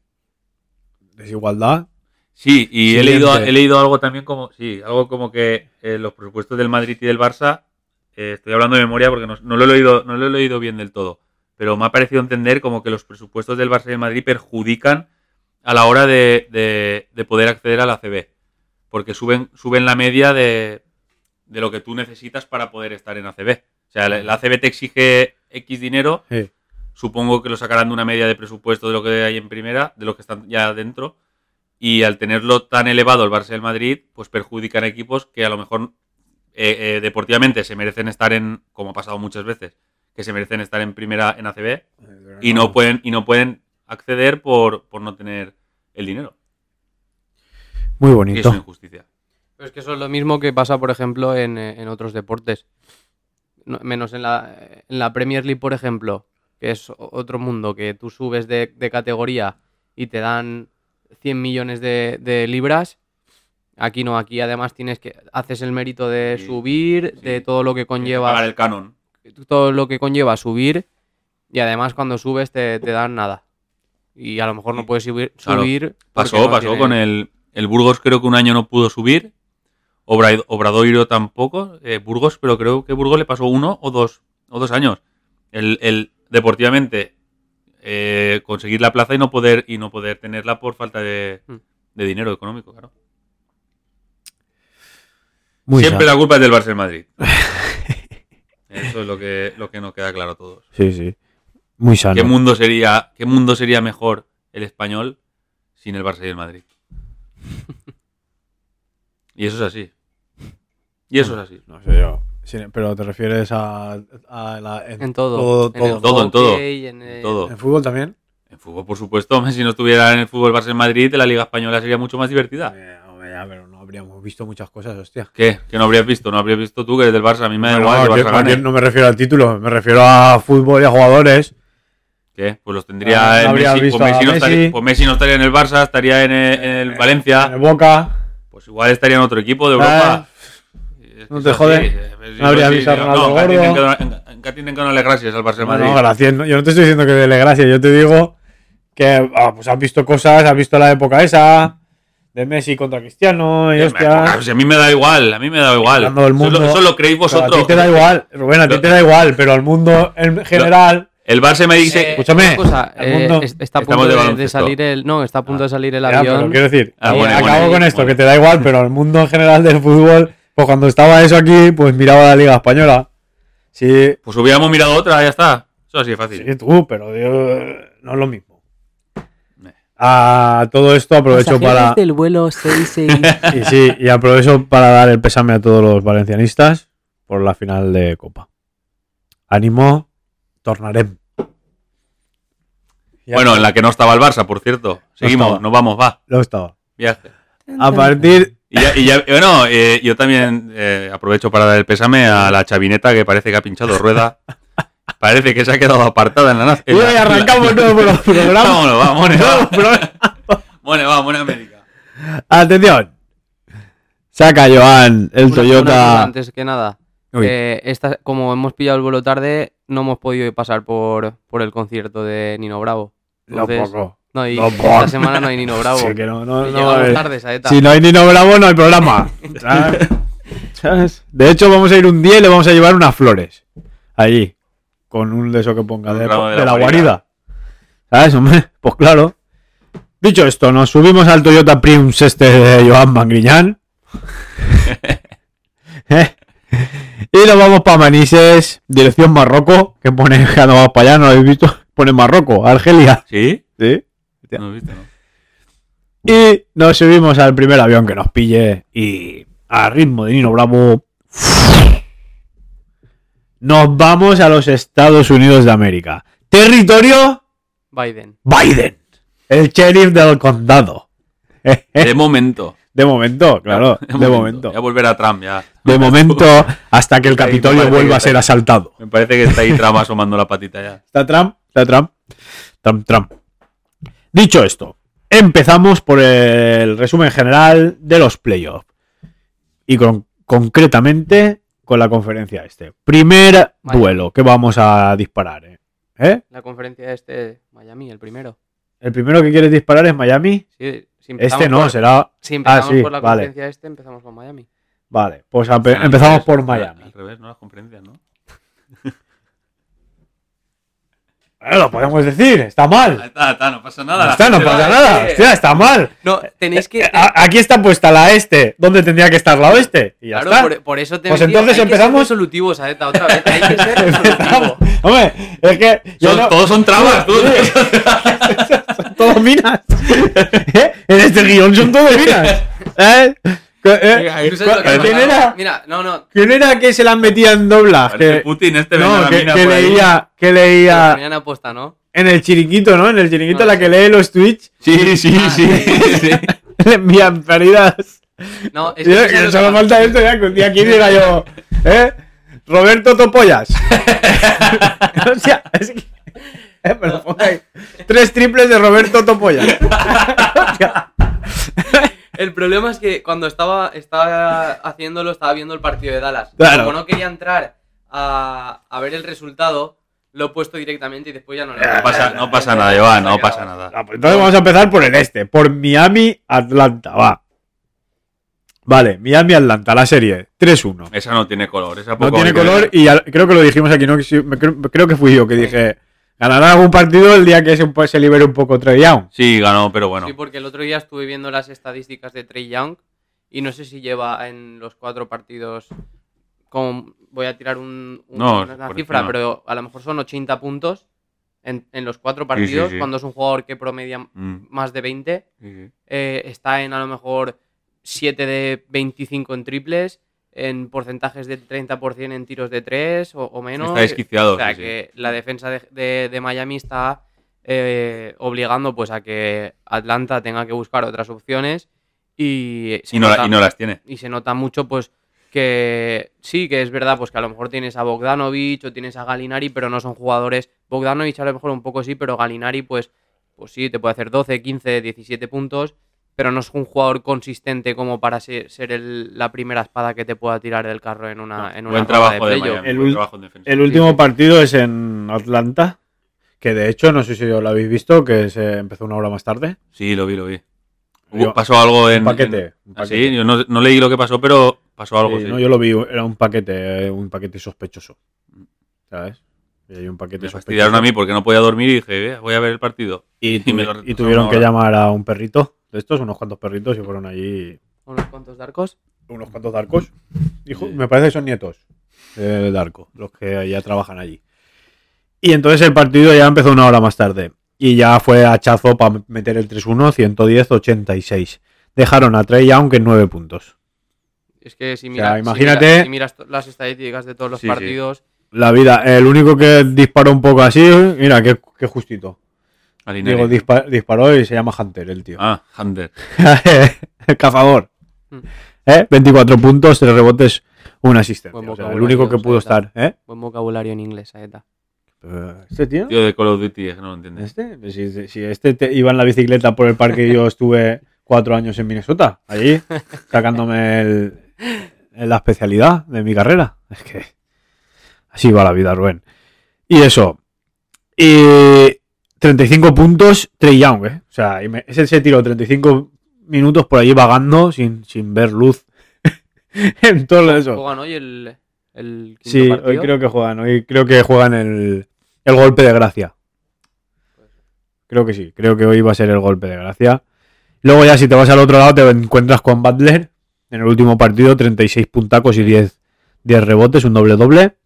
S1: desigualdad.
S2: Sí, y he leído,
S1: Siguiente.
S2: he leído algo también como, sí, algo como que eh, los presupuestos del Madrid y del Barça, eh, estoy hablando de memoria porque no, no lo he leído, no lo he leído bien del todo, pero me ha parecido entender como que los presupuestos del Barça y del Madrid perjudican a la hora de, de- de poder acceder a la CB, porque suben, suben la media de, de lo que tú necesitas para poder estar en ACB. O sea, la, la ACB te exige X dinero
S1: Sí.
S2: supongo que lo sacarán de una media de presupuesto de lo que hay en primera, de los que están ya dentro. Y al tenerlo tan elevado el Barça y el Madrid, pues perjudican a equipos que a lo mejor eh, eh, deportivamente se merecen estar en, como ha pasado muchas veces, que se merecen estar en primera en ACB y
S1: eh,
S2: no pueden, y no pueden acceder por, por no tener el dinero.
S1: Muy
S2: Y es una
S1: bonito.
S2: injusticia.
S3: Pero es que eso es lo mismo que pasa, por ejemplo, en, eh, en otros deportes. No- menos en la, en la Premier League, por ejemplo, que es o- otro mundo, que tú subes de, de categoría y te dan 100 millones de, de libras. Aquí no, aquí además tienes que haces el mérito de
S2: Sí,
S3: subir,
S2: sí.
S3: de todo lo que conlleva
S2: Pagar el canon.
S3: todo lo que conlleva subir y además cuando subes te, te dan nada. Y a lo mejor no puedes subir.
S2: Claro.
S3: subir porque
S2: Pasó,
S3: no
S2: pasó
S3: tiene-
S2: con el, el Burgos, creo que un año no pudo subir. Obra- Obradoiro tampoco. eh, Burgos, pero creo que Burgos le pasó uno o dos, o dos años. El, el- deportivamente eh, conseguir la plaza y no poder y no poder tenerla por falta de,
S3: Mm.
S2: de dinero económico, claro.
S1: Muy
S2: Siempre
S1: sa-
S2: la culpa es del Barça del Madrid. Eso es lo que, lo que nos queda claro a todos.
S1: Sí, sí. Muy sano.
S2: ¿Qué mundo sería, qué mundo sería mejor el español sin el Barça y el Madrid? y eso es así. Y eso es así.
S1: No sé yo. Sí, pero te refieres a, a la-
S3: En todo.
S1: Todo,
S3: En el
S1: todo.
S2: todo, en todo.
S3: hockey, en el- Eh,
S2: En todo.
S1: ¿En fútbol también?
S2: En fútbol, por supuesto, hombre, si no estuviera en el fútbol Barça y el Madrid, la Liga Española sería mucho más divertida.
S1: Eh, hombre, ya, pero no habríamos visto muchas cosas, hostia.
S2: ¿Qué? Que no habrías visto, no habrías visto tú que eres del Barça. A mí me da
S1: Bueno,
S2: igual que
S1: yo-
S2: el Barça
S1: yo
S2: gane.
S1: no me refiero al título, me refiero a fútbol y a jugadores.
S2: ¿Qué? Pues los
S1: Ah, no
S2: tendría en
S1: habrías
S2: Messi.
S1: visto
S2: Pues Messi,
S1: a
S2: no estaría,
S1: Messi.
S2: pues Messi no estaría en el Barça, estaría en el, en el
S1: Eh, En el
S2: Valencia.
S1: Boca.
S2: Pues igual estaría en otro equipo de Ah. Europa.
S1: Ah,
S2: Es que
S1: No
S2: es
S1: te
S2: así,
S1: jode.
S2: eh, pues,
S1: No habría
S2: sí,
S1: avisado a
S2: no,
S1: Ronaldo
S2: en Catín
S1: Gordo.
S2: tienen que- en Catín tienen que darle gracias al Barça del
S1: No,
S2: Madrid.
S1: no, gracias. no, Yo no te estoy diciendo que dele gracias. Yo te digo que ah, pues has visto cosas, has visto la época esa, de Messi contra Cristiano y
S2: Me-
S1: hostia.
S2: pues, a mí me da igual, a mí me da igual.
S1: Cuando el mundo-
S2: Eso, lo- eso lo creéis
S1: Pero
S2: vosotros.
S1: A ti te da igual, Rubén, a ti
S2: Lo-
S1: te da igual, pero al mundo en general.
S2: El Bar se me dice. pues,
S1: escúchame,
S3: una cosa,
S1: al
S3: eh,
S1: mundo-
S3: es- está a
S2: Estamos
S3: punto
S2: de
S3: de, de
S2: baloncesto.
S3: salir el. No, está a punto de salir el
S1: Ya, pero
S3: avión.
S1: quiero decir,
S2: Ah,
S1: eh,
S2: bueno,
S1: acabo
S2: bueno,
S1: con esto,
S2: bueno.
S1: que te da igual, pero al mundo en general del fútbol, pues cuando estaba eso aquí, pues miraba la Liga Española. Sí,
S2: Pues hubiéramos mirado otra, ya está. Eso así de fácil.
S1: sí tú, pero yo- no es lo mismo.
S2: Eh.
S1: A todo esto aprovecho para.
S4: del vuelo 66.
S1: Y sí, y aprovecho para dar el pésame a todos los valencianistas por la final de Copa. Ánimo, tornarem. Ya
S2: Bueno,
S1: está.
S2: en la que no estaba el Barça, por cierto. Seguimos,
S1: estaba.
S2: nos vamos, va.
S1: Lo estaba.
S2: Viaje.
S1: A partir.
S2: Y ya, y ya- bueno, eh, yo también eh, aprovecho para dar el pésame a la chavineta que parece que ha pinchado rueda. Parece que se ha quedado apartada en la naz. en la-
S1: Uy, arrancamos el nuevo pro- programa.
S2: Vámonos, va, Mone,
S1: Nuevo
S2: va.
S1: programa.
S2: Mone, va, Mone América.
S1: Atención. Saca Joan el
S3: Una- una cosa
S1: Toyota.
S3: antes que nada.
S1: Uy.
S3: Eh, esta, como hemos pillado el vuelo tarde, no hemos podido pasar por, por el concierto de Nino Bravo.
S1: No
S3: Entonces,
S1: poco.
S3: No, y
S1: No,
S3: esta
S1: por-
S3: semana no hay Nino Bravo.
S1: Sí, que no, no,
S3: Y
S1: no,
S3: llegamos
S1: eh,
S3: tarde, Saeta.
S1: si no hay Nino Bravo, no hay programa. ¿Sabes? ¿Sabes? De hecho, vamos a ir un día y le vamos a llevar unas flores. Allí. Con un de eso que ponga
S2: Un
S1: de,
S2: ramo de
S1: de
S2: la
S1: la
S2: guarida.
S1: guarida. ¿Sabes, hombre? Pues claro. Dicho esto, nos subimos al Toyota Prius este de Joan Mangriñán. ¿Eh? Y nos vamos para Manises, dirección Marroco, que pone que no vamos para allá, no lo habéis visto, pone Marroco, Argelia.
S2: ¿Sí?
S1: Sí.
S2: No, viste, no.
S1: Y nos subimos al primer avión que nos pille y a ritmo de Nino Bravo nos vamos a los Estados Unidos de América. Territorio
S3: Biden.
S1: Biden, el sheriff del condado.
S2: De momento.
S1: De momento, ¿Eh? claro, de momento.
S2: Ya volver a Trump, ya.
S1: De momento hasta que el
S2: Ahí me
S1: Capitolio
S2: parece que
S1: vuelva a
S2: está
S1: ser
S2: ahí.
S1: asaltado.
S2: Me parece que está ahí Trump asomando la patita ya.
S1: Está Trump, está Trump. Trump, Trump. Dicho esto, empezamos por el resumen general de los playoffs. Y con- concretamente con la conferencia este. Primer
S3: Vale.
S1: duelo que vamos a disparar. ¿eh? ¿Eh?
S3: La conferencia este, Miami, el primero.
S1: El primero que quieres disparar es Miami.
S3: Sí, si empezamos
S1: Este no,
S3: por-
S1: será...
S3: Si empezamos
S1: sí,
S3: por la
S1: vale.
S3: conferencia este, empezamos con Miami.
S1: Vale, pues empe- empezamos por
S2: Al
S1: Miami.
S2: revés, ¿no? Las conferencias, ¿no?
S1: Eh, lo podemos decir, está
S2: Ahí
S1: mal.
S2: está, está, no pasa nada.
S1: No está, no
S2: La gente
S1: pasa
S2: va-
S1: nada. Hostia, está mal.
S3: No, tenéis que.
S1: Eh, a- Aquí está puesta la este, donde tendría que estar la oeste. Y ya
S3: claro,
S1: está.
S3: por, e-, por eso te
S1: Pues
S3: decía,
S1: entonces
S3: hay que ser
S1: empezamos-
S3: resolutivos, Saeta, otra vez. Hay que ser
S1: Empezamos.
S3: resolutivo.
S1: Hombre, es que yo
S2: Son-
S1: no-
S2: Todos son trabas, tú.
S1: son todos minas. ¿Eh? En este guión son todos minas. ¿Eh? ¿Qué- eh?
S3: Tú sabes lo que
S1: ¿Quién
S3: pasa, ¿no?
S1: era?
S3: Mira, no, no.
S1: ¿Quién era que se la metía en doblas?
S2: Parece
S1: Que,
S2: Putin este vende
S1: no,
S2: la
S1: que,
S2: mina
S1: que
S2: por ahí.
S1: leía, que
S3: Pero
S1: leía
S3: tenían aposta, ¿no?
S1: en el chiriquito, ¿no? En el chiriquito la que lee los tweets
S2: Sí, sí,
S1: Ah,
S2: sí. sí.
S1: le envían paridas.
S3: No, es
S1: Y yo- y solo falta esto ya que un día aquí diga yo, ¿eh? Roberto Topollas. o sea, es que. eh, me lo pongo ahí. Tres triples de Roberto Topollas.
S3: El problema es que cuando estaba, estaba haciéndolo, estaba viendo el partido de Dallas.
S1: Claro.
S3: Como no quería entrar a, a ver el resultado, lo he puesto directamente y después ya no le
S2: No pasa, no pasa nada, Joan, no pasa nada.
S1: Ah, pues entonces vamos a empezar por el este, por Miami-Atlanta, va. Vale, Miami-Atlanta, la serie 3-1.
S2: Esa no tiene color, esa
S1: pues. No
S2: poco
S1: tiene
S2: hay que
S1: color
S2: ver.
S1: y ya- creo que lo dijimos aquí, ¿no? Que sí, me Creo, creo que fui yo que dije, ganará algún partido el día que se, se libere un poco Trey Young.
S2: Sí, ganó, pero bueno.
S3: Sí, pues. porque el otro día estuve viendo las estadísticas de Trey Young y no sé si lleva en los cuatro partidos. Con, voy a tirar un, un-
S2: No,
S3: una
S2: por
S3: cifra,
S2: encima.
S3: pero a lo mejor son 80 puntos en, en los cuatro partidos.
S2: sí.
S3: Cuando es un jugador que promedia
S2: Mm,
S3: más de 20,
S2: sí, sí.
S3: eh, está en a lo mejor 7 de 25 en triples, en porcentajes del 30% en tiros de 3 o, o menos.
S2: Está desquiciado.
S3: O sea
S2: sí, sí.
S3: que la defensa de, de- de Miami está eh, obligando pues a que Atlanta tenga que buscar otras opciones y se,
S2: Y, no, la-
S3: nota,
S2: y no las tiene.
S3: y se nota mucho pues que sí, que es verdad pues que a lo mejor tienes a Bogdanovich o tienes a Galinari, pero no son jugadores. Bogdanovich a lo mejor un poco sí, pero Galinari pues, pues sí, te puede hacer 12, 15, 17 puntos, pero no es un jugador consistente como para ser, ser el- la primera espada que te pueda tirar del carro en una, en
S2: Buen
S3: una ronda
S2: trabajo de,
S3: playoff.
S2: Miami.
S1: El
S2: buen
S1: ul-
S2: trabajo en defensa.
S1: El último partido es en Atlanta, que de hecho, no sé si os lo habéis visto, que se empezó una hora más tarde.
S2: Sí, lo vi, lo vi. Hubo-
S1: Yo-
S2: pasó algo en.
S1: un paquete.
S2: en-
S1: un
S2: ah, sí,
S1: paquete.
S2: yo no, no leí lo que pasó, pero pasó algo.
S1: Sí,
S2: sí.
S1: no, yo lo vi, era un paquete, eh, un paquete sospechoso. ¿Sabes? Y hay un paquete
S2: me
S1: sospechoso.
S2: fastidiaron a mí porque no podía dormir y dije, "Vea, voy a ver el partido.
S1: Y, tuvi-
S2: y me lo retrasaron
S1: y tuvieron
S2: una
S1: que
S2: hora.
S1: llamar a un perrito de estos, unos cuantos perritos, y fueron allí
S3: Unos cuantos darcos.
S1: unos cuantos darcos. Hijo,
S2: Sí.
S1: me parece que son nietos eh, de Darko, los que ya trabajan allí. Y entonces el partido ya empezó una hora más tarde. Y ya fue hachazo para meter el 3-1, 110-86. Dejaron a Trey Young en 9 puntos.
S3: Es que si,
S1: sea,
S3: mira- si
S1: imagínate-
S3: mira- si miras to- las estadísticas de todos los
S2: Sí, sí.
S3: partidos,
S1: La vida, el único que disparó un poco así, mira, qué, qué justito.
S2: Al Ineri.
S1: Diego dispa- disparó y se llama Hunter, el tío.
S2: Ah, Hunter.
S1: Cazador.
S3: Mm.
S1: ¿Eh? 24 puntos, 3 rebotes, una asistencia.
S3: Buen
S1: O sea, el
S3: vocabulario,
S1: único que
S3: o sea,
S1: pudo
S3: está.
S1: estar. ¿eh?
S3: buen vocabulario en inglés, Saeta.
S1: Eh, ¿Este tío?
S2: Tío de Call of Duty, es que no lo entiendes.
S1: ¿Este? Pues Si, si- si este te- iba en la bicicleta por el parque y yo estuve cuatro años en Minnesota, allí, sacándome el- el- la especialidad de mi carrera. Es que así va la vida, Rubén. Y eso. Y 35 puntos, Trey Young, ¿eh? O sea, y me- ese se tiró 35 minutos por allí vagando sin, sin ver luz en todo eso.
S3: Juegan hoy el, el quinto
S1: Sí,
S3: partido.
S1: hoy creo que juegan, hoy creo que juegan el, el golpe de gracia. Creo que sí, creo que hoy va a ser el golpe de gracia. Luego ya si te vas al otro lado te encuentras con Butler en el último partido, 36 puntacos y 10, 10 rebotes, un doble doble.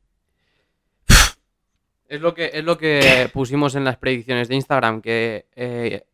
S3: Es lo que, es lo que pusimos en las predicciones de Instagram, que eh,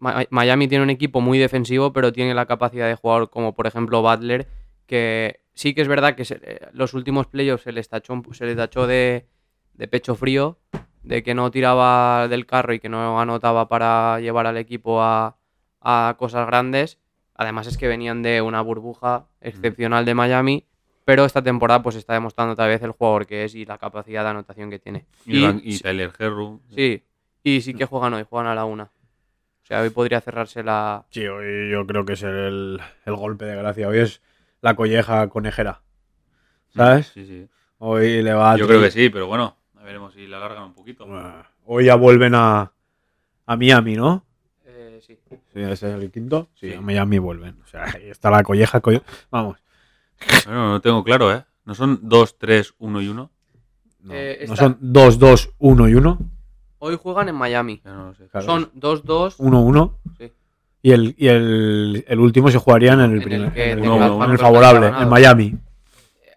S3: Ma- Miami tiene un equipo muy defensivo, pero tiene la capacidad de jugador como por ejemplo Butler, que sí que es verdad que se- eh, los últimos playoffs se les tachó, un- se les tachó de, de pecho frío, de que no tiraba del carro y que no anotaba para llevar al equipo a, a cosas grandes. Además es que venían de una burbuja excepcional de Miami, pero esta temporada pues está demostrando otra vez el jugador que es y la capacidad de anotación que tiene.
S2: Y, Van- y
S3: sí-
S2: Tyler Herru.
S3: Sí, y sí
S1: Mm.
S3: que juegan hoy, juegan a la una. O sea, hoy podría cerrarse la.
S1: Sí, hoy yo creo que es el, el golpe de gracia, hoy es la colleja conejera. ¿Sabes? Ah,
S2: Sí, sí.
S1: Hoy le va a
S2: Yo creo que sí, pero bueno, a veremos si la alargan un poquito.
S1: Hoy ya vuelven a, a Miami, ¿no?
S3: Eh, sí.
S1: Sí, ese es el quinto. Sí,
S2: Sí.
S1: a Miami vuelven. O sea, ahí está la colleja. colle- Vamos.
S2: Bueno, no tengo claro, ¿eh? ¿No son 2, 3, 1 y 1?
S1: No,
S3: Eh,
S1: no
S3: está-
S1: son 2, 2, 1 y 1.
S3: Hoy juegan en Miami.
S2: Ya no lo sé.
S1: Eh, Claro,
S3: Son 2-2.
S1: 1, 1.
S3: Sí.
S1: Y, el, y el, el último se jugaría en el,
S3: el
S1: primer-
S3: que
S1: en el,
S2: tenga
S1: uno-
S2: el
S1: en el
S2: factor
S1: favorable,
S3: ganado.
S1: en Miami.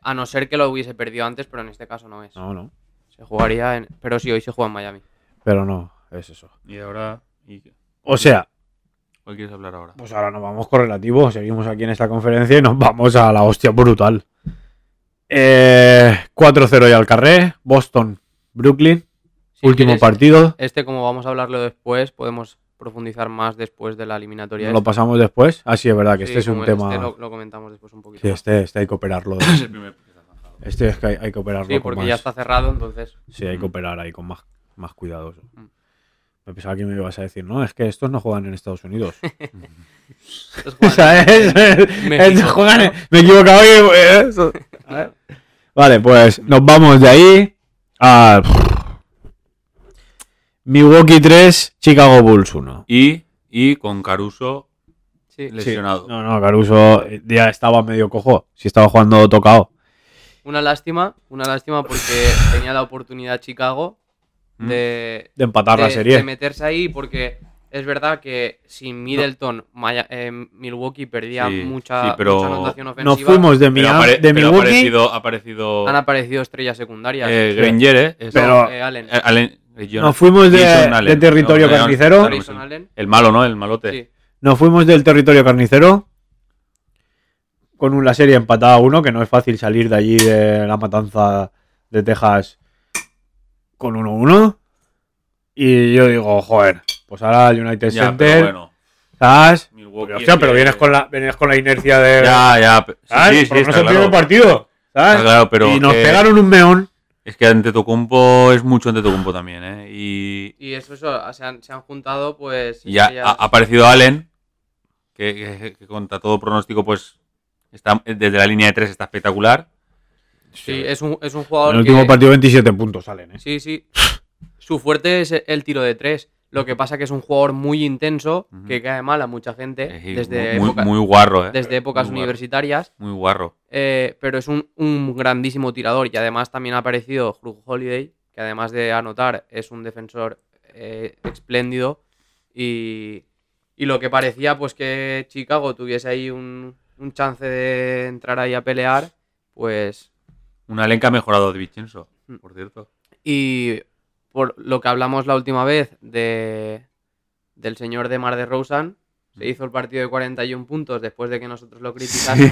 S3: A no ser que lo hubiese perdido antes, pero en este caso no es.
S1: No, no.
S3: Se jugaría en. Pero sí, hoy se juega en Miami.
S1: Pero no, es eso.
S2: Y ahora. ¿y qué?
S1: O sea,
S2: ¿Cuál quieres hablar ahora?
S1: pues ahora nos vamos correlativos. Seguimos aquí en esta conferencia y nos vamos a la hostia brutal. Eh, 4-0 y al carré. Boston, Brooklyn.
S3: Si
S1: último
S3: quieres,
S1: partido.
S3: Este, como vamos a hablarlo después, podemos profundizar más después de la eliminatoria.
S1: Nos lo
S3: esta.
S1: pasamos después. Ah, sí, es verdad que
S3: Sí,
S1: este es un
S3: como
S1: tema.
S3: este lo, lo comentamos después un poquito.
S1: Sí,
S3: más.
S1: este, este hay que operarlo.
S2: Es el primer que se ha zanjado.
S1: Este es que hay, hay que operarlo.
S3: Sí,
S1: con
S3: porque
S1: más-
S3: ya está cerrado, entonces.
S1: Sí, hay que operar ahí con más, más cuidado.
S3: Mm.
S1: Me pensaba que me ibas a decir, no, es que estos no juegan en Estados Unidos.
S3: Entonces
S1: O
S3: juegan
S1: sea, es-
S3: México,
S1: estos juegan en-
S3: ¿no?
S1: Me he equivocado. y- eh, eso. A ver. Vale, pues nos vamos de ahí a. Milwaukee 3, Chicago Bulls 1.
S2: Y, y con Caruso
S3: Sí.
S2: lesionado.
S1: No, no, Caruso eh, ya estaba medio cojo. Si estaba jugando tocado.
S3: Una lástima, una lástima porque tenía la oportunidad Chicago
S2: Mm.
S3: de,
S1: De empatar la
S3: de-
S1: serie.
S3: de meterse ahí porque es verdad que sin Middleton Maya- eh, Milwaukee perdía
S2: Sí,
S3: mucha,
S2: sí, pero
S3: mucha anotación ofensiva.
S1: Nos fuimos de,
S2: Pero,
S1: Miami-
S2: apare-
S1: de
S2: pero ha
S1: Milwaukee.
S2: aparecido, ha aparecido
S3: Han aparecido estrellas secundarias.
S2: eh,
S1: sí.
S2: Granger, ¿eh? Es-
S1: Pero-
S3: Eh, Allen.
S2: eh, Allen- eh, Jonas-
S1: Nos fuimos de,
S2: Jason Allen.
S1: del territorio
S2: No, no, no,
S1: carnicero.
S2: no, no, no,
S3: Grayson
S2: sí.
S3: Allen.
S2: El malo, ¿no? El malote.
S3: Sí.
S1: Nos fuimos del territorio carnicero con una serie empatada a uno, que no es fácil salir de allí de la matanza de Texas con 1-1. Y yo digo, joder, pues ahora el United
S2: Ya,
S1: Center,
S2: pero bueno.
S1: ¿sabes?
S2: Milwaukee
S1: Hostia,
S2: es
S1: pero
S2: que-
S1: vienes con la, vienes con la inercia de.
S2: Ya, ya. pe- Sí,
S1: ¿sabes?
S2: sí, sí,
S1: Porque no
S2: está
S1: es el primer
S2: claro.
S1: partido, ¿sabes?
S2: Está claro, pero
S1: y nos
S2: que-
S1: pegaron un meón.
S2: Es que Antetokounmpo es mucho Antetokounmpo también, ¿eh? Y,
S3: Y eso, eso, se han, se han juntado pues
S2: y ha,
S3: estrellas-
S2: ha aparecido Allen, que, que- que contra todo pronóstico, pues está desde la línea de tres está espectacular.
S3: Sí, eh, es un, es
S1: En
S3: un
S1: el
S3: jugador
S1: último
S3: que...
S1: partido 27 puntos salen, ¿eh?
S3: Sí, sí. Su fuerte es el tiro de tres. Lo que pasa que es un jugador muy intenso,
S2: Ujú.
S3: que cae mal a mucha gente
S2: Eh,
S3: desde,
S2: muy,
S3: época-
S2: muy guarro, ¿eh?
S3: desde épocas
S2: muy guarro.
S3: universitarias,
S2: Muy guarro.
S3: eh, pero es un, un grandísimo tirador y además también ha aparecido Krug Holiday, que además de anotar es un defensor eh, espléndido y, y lo que parecía pues que Chicago tuviese ahí un, un chance de entrar ahí a pelear, pues
S2: Una lenca ha mejorado de Vincenzo,
S3: Mm.
S2: por cierto.
S3: Y por lo que hablamos la última vez de, del señor de Mar de Rosen, se hizo el partido de 41 puntos después de que nosotros lo criticásemos,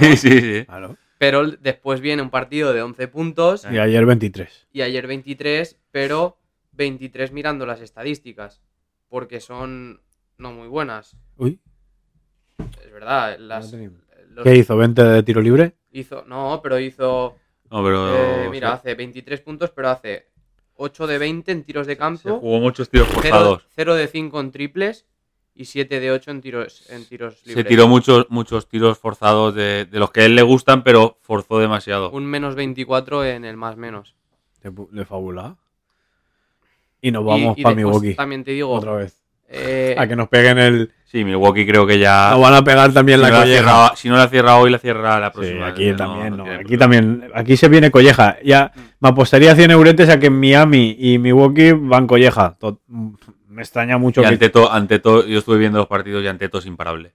S2: Sí, sí, sí.
S1: Claro.
S3: pero l- después viene un partido de 11 puntos
S1: Y ayer 23.
S3: y ayer 23, pero 23 mirando las estadísticas, porque son no muy buenas.
S1: Uy,
S3: Es verdad, las,
S1: No tenemos.
S3: los-
S1: ¿qué hizo? ¿20 de tiro libre?
S3: hizo, no, pero hizo,
S2: No, pero.
S3: eh, mira, hace 23 puntos, pero hace 8 de 20 en tiros de
S2: se
S3: campo.
S2: jugó muchos tiros
S3: 0,
S2: forzados.
S3: de 5 en triples y 7 de 8 en tiros, en tiros
S2: Se
S3: libres.
S2: tiró muchos, muchos tiros forzados de, de los que a él le gustan, pero forzó demasiado.
S3: un menos 24 en el más menos.
S1: De, pu- de fábula. Y nos
S3: Y-
S1: vamos
S3: y
S1: para
S3: después
S1: Milwaukee.
S3: También te digo,
S1: Otra vez.
S3: eh,
S1: A que nos peguen el.
S2: Sí, Milwaukee creo que ya.
S1: nos van a pegar también
S2: si,
S1: la
S2: no la
S1: colleja.
S2: cierra, si no la cierra hoy, la cierra la
S3: Pues
S1: Sí,
S2: próxima.
S1: aquí
S2: No,
S1: también,
S2: no
S1: no,
S2: tiene
S1: aquí
S2: problema.
S1: también, aquí se viene colleja. Ya me apostaría 100 euretes a que Miami y Milwaukee van colleja. To- Me extraña mucho
S2: Y
S1: que
S2: Anteto, Anteto, yo estuve viendo los partidos y Anteto es imparable.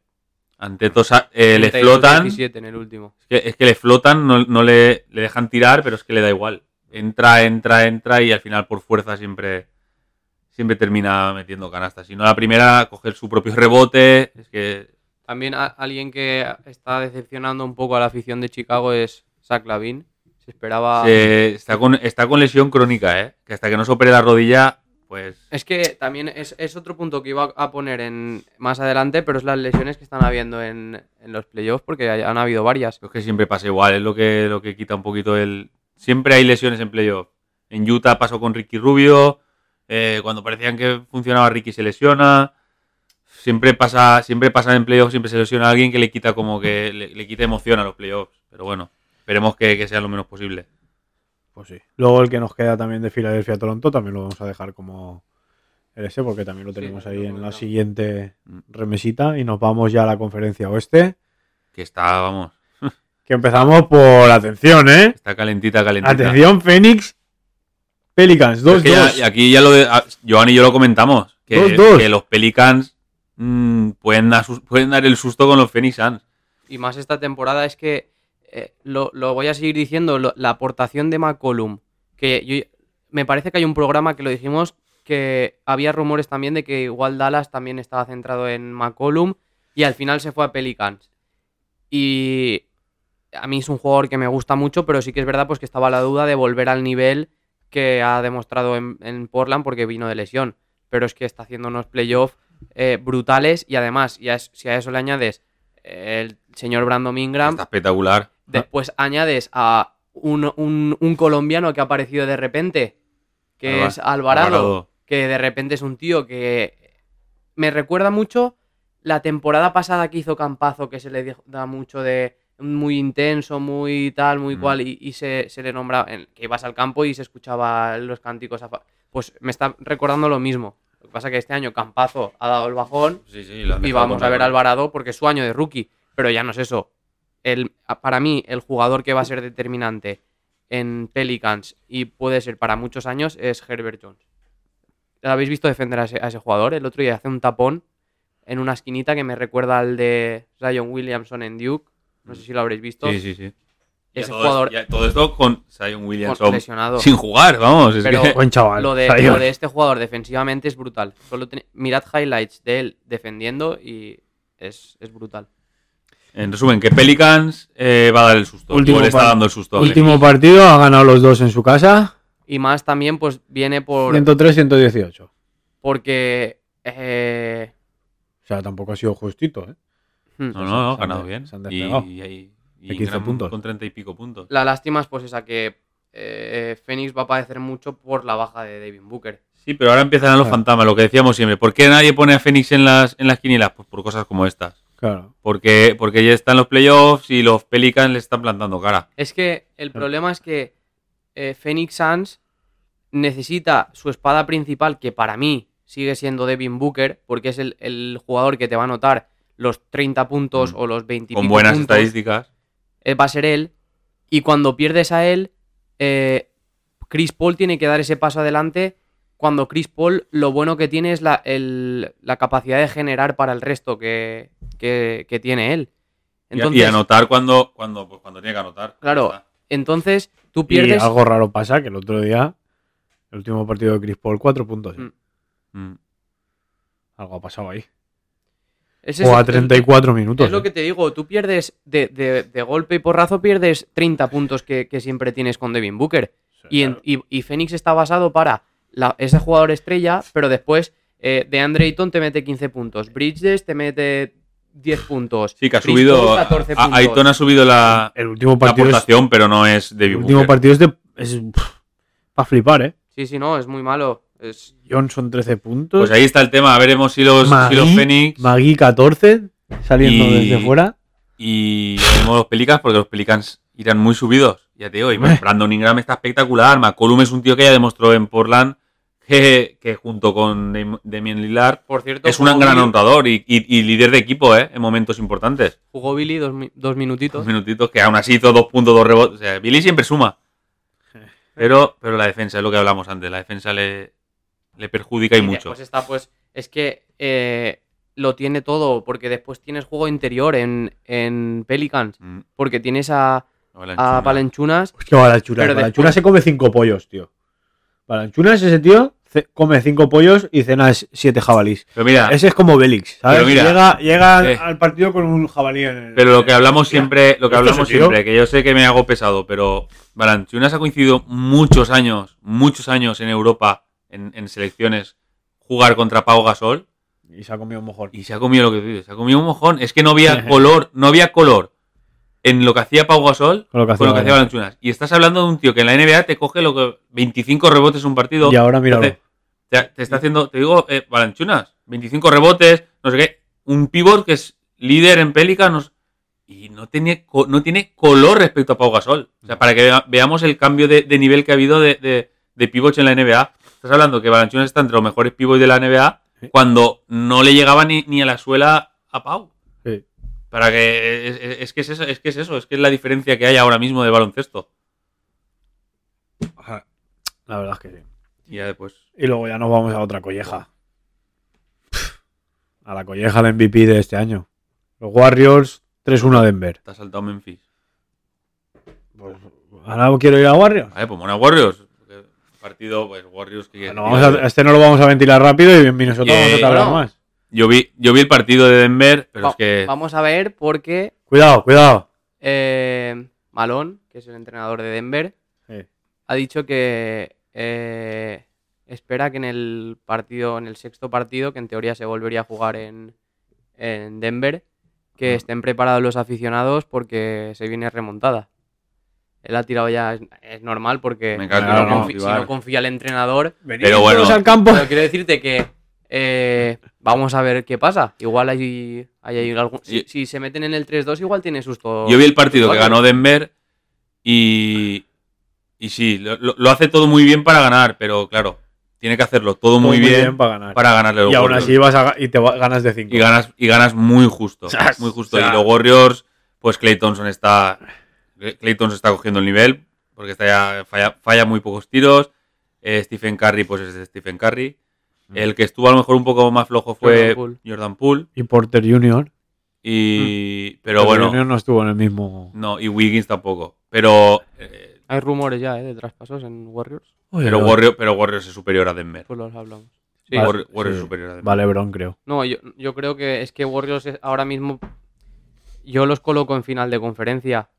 S2: Anteto sa- eh, le
S3: 32,
S2: flotan.
S3: 17 en el último.
S2: Es que, es que le flotan, no, no le, le dejan tirar, pero es que le da igual. Entra, entra, entra y al final por fuerza siempre, siempre termina metiendo canastas. Si no la primera, coger su propio rebote. Es que
S3: También a- alguien que está decepcionando un poco a la afición de Chicago es Zach Lavin. Se esperaba...
S2: se- está, con, está con lesión crónica, ¿eh? Que hasta que no se opere la rodilla, pues...
S3: Es que también es, es otro punto que iba a poner en más adelante, pero es las lesiones que están habiendo en, en los playoffs, porque hay- han habido varias.
S2: Es que siempre pasa igual, es lo que, lo que quita un poquito el... Siempre hay lesiones en playoff. En Utah pasó con Ricky Rubio, eh, cuando parecían que funcionaba Ricky se lesiona. Siempre pasa, siempre pasa en playoffs, siempre se lesiona alguien que le quita como que le, le quita emoción a los playoffs. Pero bueno, esperemos que, que sea lo menos posible.
S1: Pues sí. Luego el que nos queda también de Filadelfia a Toronto también lo vamos a dejar como ese porque también lo
S3: Sí,
S1: tenemos
S3: lo
S1: ahí en la
S3: comentamos.
S1: siguiente
S2: Mm.
S1: remesita y nos vamos ya a la conferencia oeste.
S2: Que está, vamos,
S1: Que empezamos por atención, ¿eh?
S2: está calentita, calentita.
S1: Atención, Phoenix. Pelicans, 2-2.
S2: Es que ya- y aquí ya lo de, a- Joan y yo lo comentamos. Que,
S1: Dos, dos.
S2: que los Pelicans mm, pueden, asus- pueden dar el susto con los Phoenix Suns.
S3: y más esta temporada es que eh, lo, lo voy a seguir diciendo, lo- la aportación de McCollum, que yo- me parece que hay un programa que lo dijimos que había rumores también de que igual Dallas también estaba centrado en McCollum y al final se fue a Pelicans. Y a mí es un jugador que me gusta mucho, pero sí que es verdad pues que estaba la duda de volver al nivel que ha demostrado en, en Portland porque vino de lesión. Pero es que está haciendo unos playoffs eh, brutales y además, y a es- si a eso le añades el señor Brandon Ingram,
S2: Está espectacular.
S3: después añades a un, un- un colombiano que ha aparecido de repente, que
S2: Alvar-
S3: es Alvarado, que de repente es un tío que me recuerda mucho la temporada pasada que hizo Campazo, que se le dijo- da mucho de muy intenso, muy tal, muy
S2: Mm.
S3: cual, y, y se, se le nombra en- que ibas al campo y se escuchaba los cánticos. a fa- Pues me está recordando lo mismo. Lo que pasa que este año Campazo ha dado el bajón
S2: Sí, sí, lo han
S3: y
S2: dejado
S3: vamos
S2: con
S3: a ver a
S2: la-
S3: Alvarado porque es su año de rookie. Pero ya no es eso. El, a- para mí, el jugador que va a ser determinante en Pelicans y puede ser para muchos años es Herbert Jones. ¿Lo habéis visto defender a ese, a ese jugador? El otro día hace un tapón en una esquinita que me recuerda al de Zion Williamson en Duke. No sé si lo habréis visto.
S2: Mm. Sí, sí, sí.
S3: Ese
S2: todo,
S3: jugador
S2: ya todo esto con Zion
S3: con-
S2: Williamson
S3: lesionado.
S2: sin jugar, vamos. es
S3: Pero-
S2: que-
S1: Buen chaval.
S3: Lo de,
S1: Ahí
S3: lo
S1: va.
S3: de este jugador defensivamente es brutal. Solo ten- mirad highlights de él defendiendo y es, es brutal.
S2: En resumen, que Pelicans eh, va a dar el susto.
S1: Último
S2: o le está
S1: par-
S2: dando el susto. a
S1: Último partido, ha ganado los dos en su casa.
S3: Y más también, pues viene por.
S1: 103-118.
S3: Porque. eh,
S1: O sea, tampoco ha sido justito, ¿eh?
S3: hmm.
S2: Pelicans. No, no, no, ha
S1: Se han
S2: ganado
S1: de-
S2: bien.
S1: se han
S2: Y,
S1: despegado.
S2: y ahí- y
S1: De 15
S2: Ingram
S1: puntos.
S2: con 30 y pico puntos.
S3: La lástima es, pues, esa que. eh, Phoenix va a padecer mucho por la baja de David Booker.
S2: Sí, pero ahora empiezan los
S1: Claro.
S2: fantasmas, lo que decíamos siempre. ¿Por qué nadie pone a Fénix en las, en las quinielas? Pues por cosas como estas.
S1: Claro.
S2: Porque, porque ya están los playoffs y los Pelicans le están plantando cara.
S3: Es que el
S1: Claro.
S3: problema es que eh, Phoenix Suns necesita su espada principal, que para mí sigue siendo Devin Booker, porque es el, el jugador que te va a anotar los 30 puntos
S2: Mm.
S3: o los 20 y
S2: Con
S3: pico
S2: buenas
S3: puntos,
S2: estadísticas.
S3: eh, va a ser él. Y cuando pierdes a él, eh, Chris Paul tiene que dar ese paso adelante. Cuando Chris Paul, lo bueno que tiene es la, el- la capacidad de generar para el resto que, que- que tiene él.
S2: Y-
S3: Entonces,
S2: y anotar cuando, cuando, pues cuando tiene que anotar.
S3: Claro.
S2: Ya está.
S3: entonces tú
S1: Y
S3: pierdes.
S1: algo raro pasa que el otro día, el último partido de Chris Paul, cuatro puntos. ¿eh?
S3: Mm.
S2: Mm.
S1: Algo ha pasado ahí.
S3: ese
S1: O a
S3: es el-
S1: 34 minutos.
S3: Es lo
S1: eh.
S3: que te digo, tú pierdes de, de- de golpe y porrazo, pierdes 30 puntos que, que siempre tienes con Devin Booker. Y, en- y- y Phoenix está basado para la- ese jugador estrella, pero después eh, de Andre Ayton te mete 15 puntos, Bridges te mete 10 puntos.
S2: Sí, que ha
S3: Chris
S2: subido.
S3: Paul, 14
S2: a-
S3: puntos.
S2: Ayton ha subido la,
S1: El último
S2: la
S1: partido es,
S2: aportación, pero no es
S1: el
S2: de
S1: último partido es de. para flipar, ¿eh?
S3: Sí, sí, no, es muy malo. Es...
S1: Johnson 13 puntos.
S2: Pues ahí está el tema. Veremos si los, si los Phoenix
S1: Magui 14, saliendo
S2: Y-
S1: desde fuera.
S2: y veremos los Pelicans, porque los Pelicans irán muy subidos. Ya te digo, y
S1: Hombre.
S2: Brandon Ingram está espectacular. McCollum es un tío que ya demostró en Portland que, que junto con Dem- Damian Lillard
S3: Por cierto,
S2: es un
S3: jugó
S2: gran
S3: Billy-
S2: anotador y, y- y líder de equipo ¿eh? en momentos importantes.
S3: Jugó Billy dos, mi- dos minutitos.
S2: Dos minutitos que aún así hizo dos puntos, dos rebotes. O sea, Billy siempre suma. Pero, pero la defensa es lo que hablamos antes. La defensa le, le perjudica y
S3: Y
S2: mucho.
S3: después está, pues, es que eh, lo tiene todo, porque después tienes juego interior en, en Pelicans,
S2: Mm,
S3: porque tienes a,
S2: Valanciunas.
S1: Ah,
S3: a Valanchunas.
S1: Pues que Balanchunas.
S3: Pero
S1: Balanchunas
S3: después-
S1: se come cinco pollos, tío. Balanchunas, ese tío, ce- come cinco pollos y cena es- siete jabalís.
S2: Pero mira,
S1: Ese es como Bélix, ¿sabes?
S2: Pero mira,
S1: llega llega
S2: eh.
S1: al partido con un jabalí en el.
S2: Pero lo que hablamos
S1: Mira,
S2: siempre, lo que
S1: ¿esto
S2: hablamos
S1: se tiró?
S2: siempre, que yo sé que me hago pesado, pero Balanchunas ha coincidido muchos años, muchos años en Europa, en, en selecciones, jugar contra Pau Gasol
S1: Y se ha comido un mejor.
S2: y se ha comido lo que tú dices, se ha comido un mojón. Es que no había color, no había color en lo que hacía Pau Gasol
S1: Con lo que
S2: con lo que hacía
S1: Balanchunas.
S2: Balanchunas. Y estás hablando de un tío que en la NBA te coge lo que 25 rebotes un partido.
S1: Y ahora míralo.
S2: Entonces, te, te está haciendo, te digo, eh, Balanchunas, 25 rebotes, no sé qué, un pivot que es líder en Pelicanos y no tiene, co- no tiene color respecto a Pau Gasol. O sea, para que vea- veamos el cambio de, de nivel que ha habido de, de, de pivots en la NBA. Estás hablando que Balanchunas está entre los mejores pivots de la NBA
S1: Sí.
S2: cuando no le llegaba ni, ni a la suela a Pau.
S1: Sí.
S2: Para que es, es- es que es eso, es que es eso, es que es la diferencia que hay ahora mismo de baloncesto.
S1: Ajá. La verdad es que sí.
S2: Y ya pues, después.
S1: Y luego ya nos vamos a otra colleja. A la colleja del MVP de este año. Los Warriors 3-1 a Denver.
S2: Te ha saltado Memphis.
S1: Pues, ahora quiero ir a Warriors.
S2: Vale, pues bueno, Warriors. Partido, pues Warriors que.
S1: No vamos a- este no lo vamos a ventilar rápido y en Minnesota
S2: Eh,
S1: vamos a tardar
S3: no.
S1: más.
S2: yo, vi, yo vi el partido de Denver, pero
S3: Va-
S2: es que.
S3: Vamos a ver, porque
S1: Cuidado, cuidado.
S3: eh, Malone, que es el entrenador de Denver, ha dicho que eh, espera que en el partido, en el sexto partido, que en teoría se volvería a jugar en, en Denver, que estén preparados los aficionados porque se viene remontada. Él ha tirado ya, es, es normal porque
S2: Me
S3: si
S2: encanta,
S1: claro,
S3: no,
S1: no,
S3: confi- si no confía el entrenador,
S1: Venid
S2: Pero bueno.
S1: todos al campo.
S3: pero quiero decirte que eh, vamos a ver qué pasa. Igual hay, hay, ahí algún- si,
S2: Y-
S3: si se meten en el 3-2, igual tiene susto.
S2: Yo vi el partido que
S3: Warriors.
S2: ganó Denver y. Y sí, lo, lo- lo hace todo muy bien para ganar, pero claro, tiene que hacerlo todo,
S1: Todo
S2: muy, bien,
S1: para ganar.
S2: para ganarle a los
S1: y aún
S2: Warriors.
S1: así vas a, ga- y te va- ganas de 5.
S2: Y ganas, y ganas muy justo.
S1: Chas,
S2: Muy justo.
S1: chas.
S2: Y los Warriors, pues Clay Thompson está. Clay Thompson está cogiendo el nivel. Porque está ya- falla, falla muy pocos tiros. Eh, Stephen Curry, pues es Stephen Curry.
S1: Mm.
S2: El que estuvo a lo mejor un poco más flojo fue
S3: Jordan Poole.
S2: Jordan Poole.
S1: Y Porter Jr.
S2: Y. Pero
S1: Porter
S2: bueno.
S1: Jr. no estuvo en el mismo.
S2: No, y Wiggins tampoco. Pero. eh,
S3: Hay rumores ya ¿eh? de traspasos en Warriors,
S2: pero, Warrior- pero Warriors es superior a Denver.
S3: pues los hablamos. Sí.
S1: Vale.
S2: Warri- Warriors
S1: sí.
S2: es superior a Denver.
S1: Vale, Bron, creo.
S3: No, yo, yo creo que es que Warriors es- ahora mismo. Yo los coloco en final de conferencia.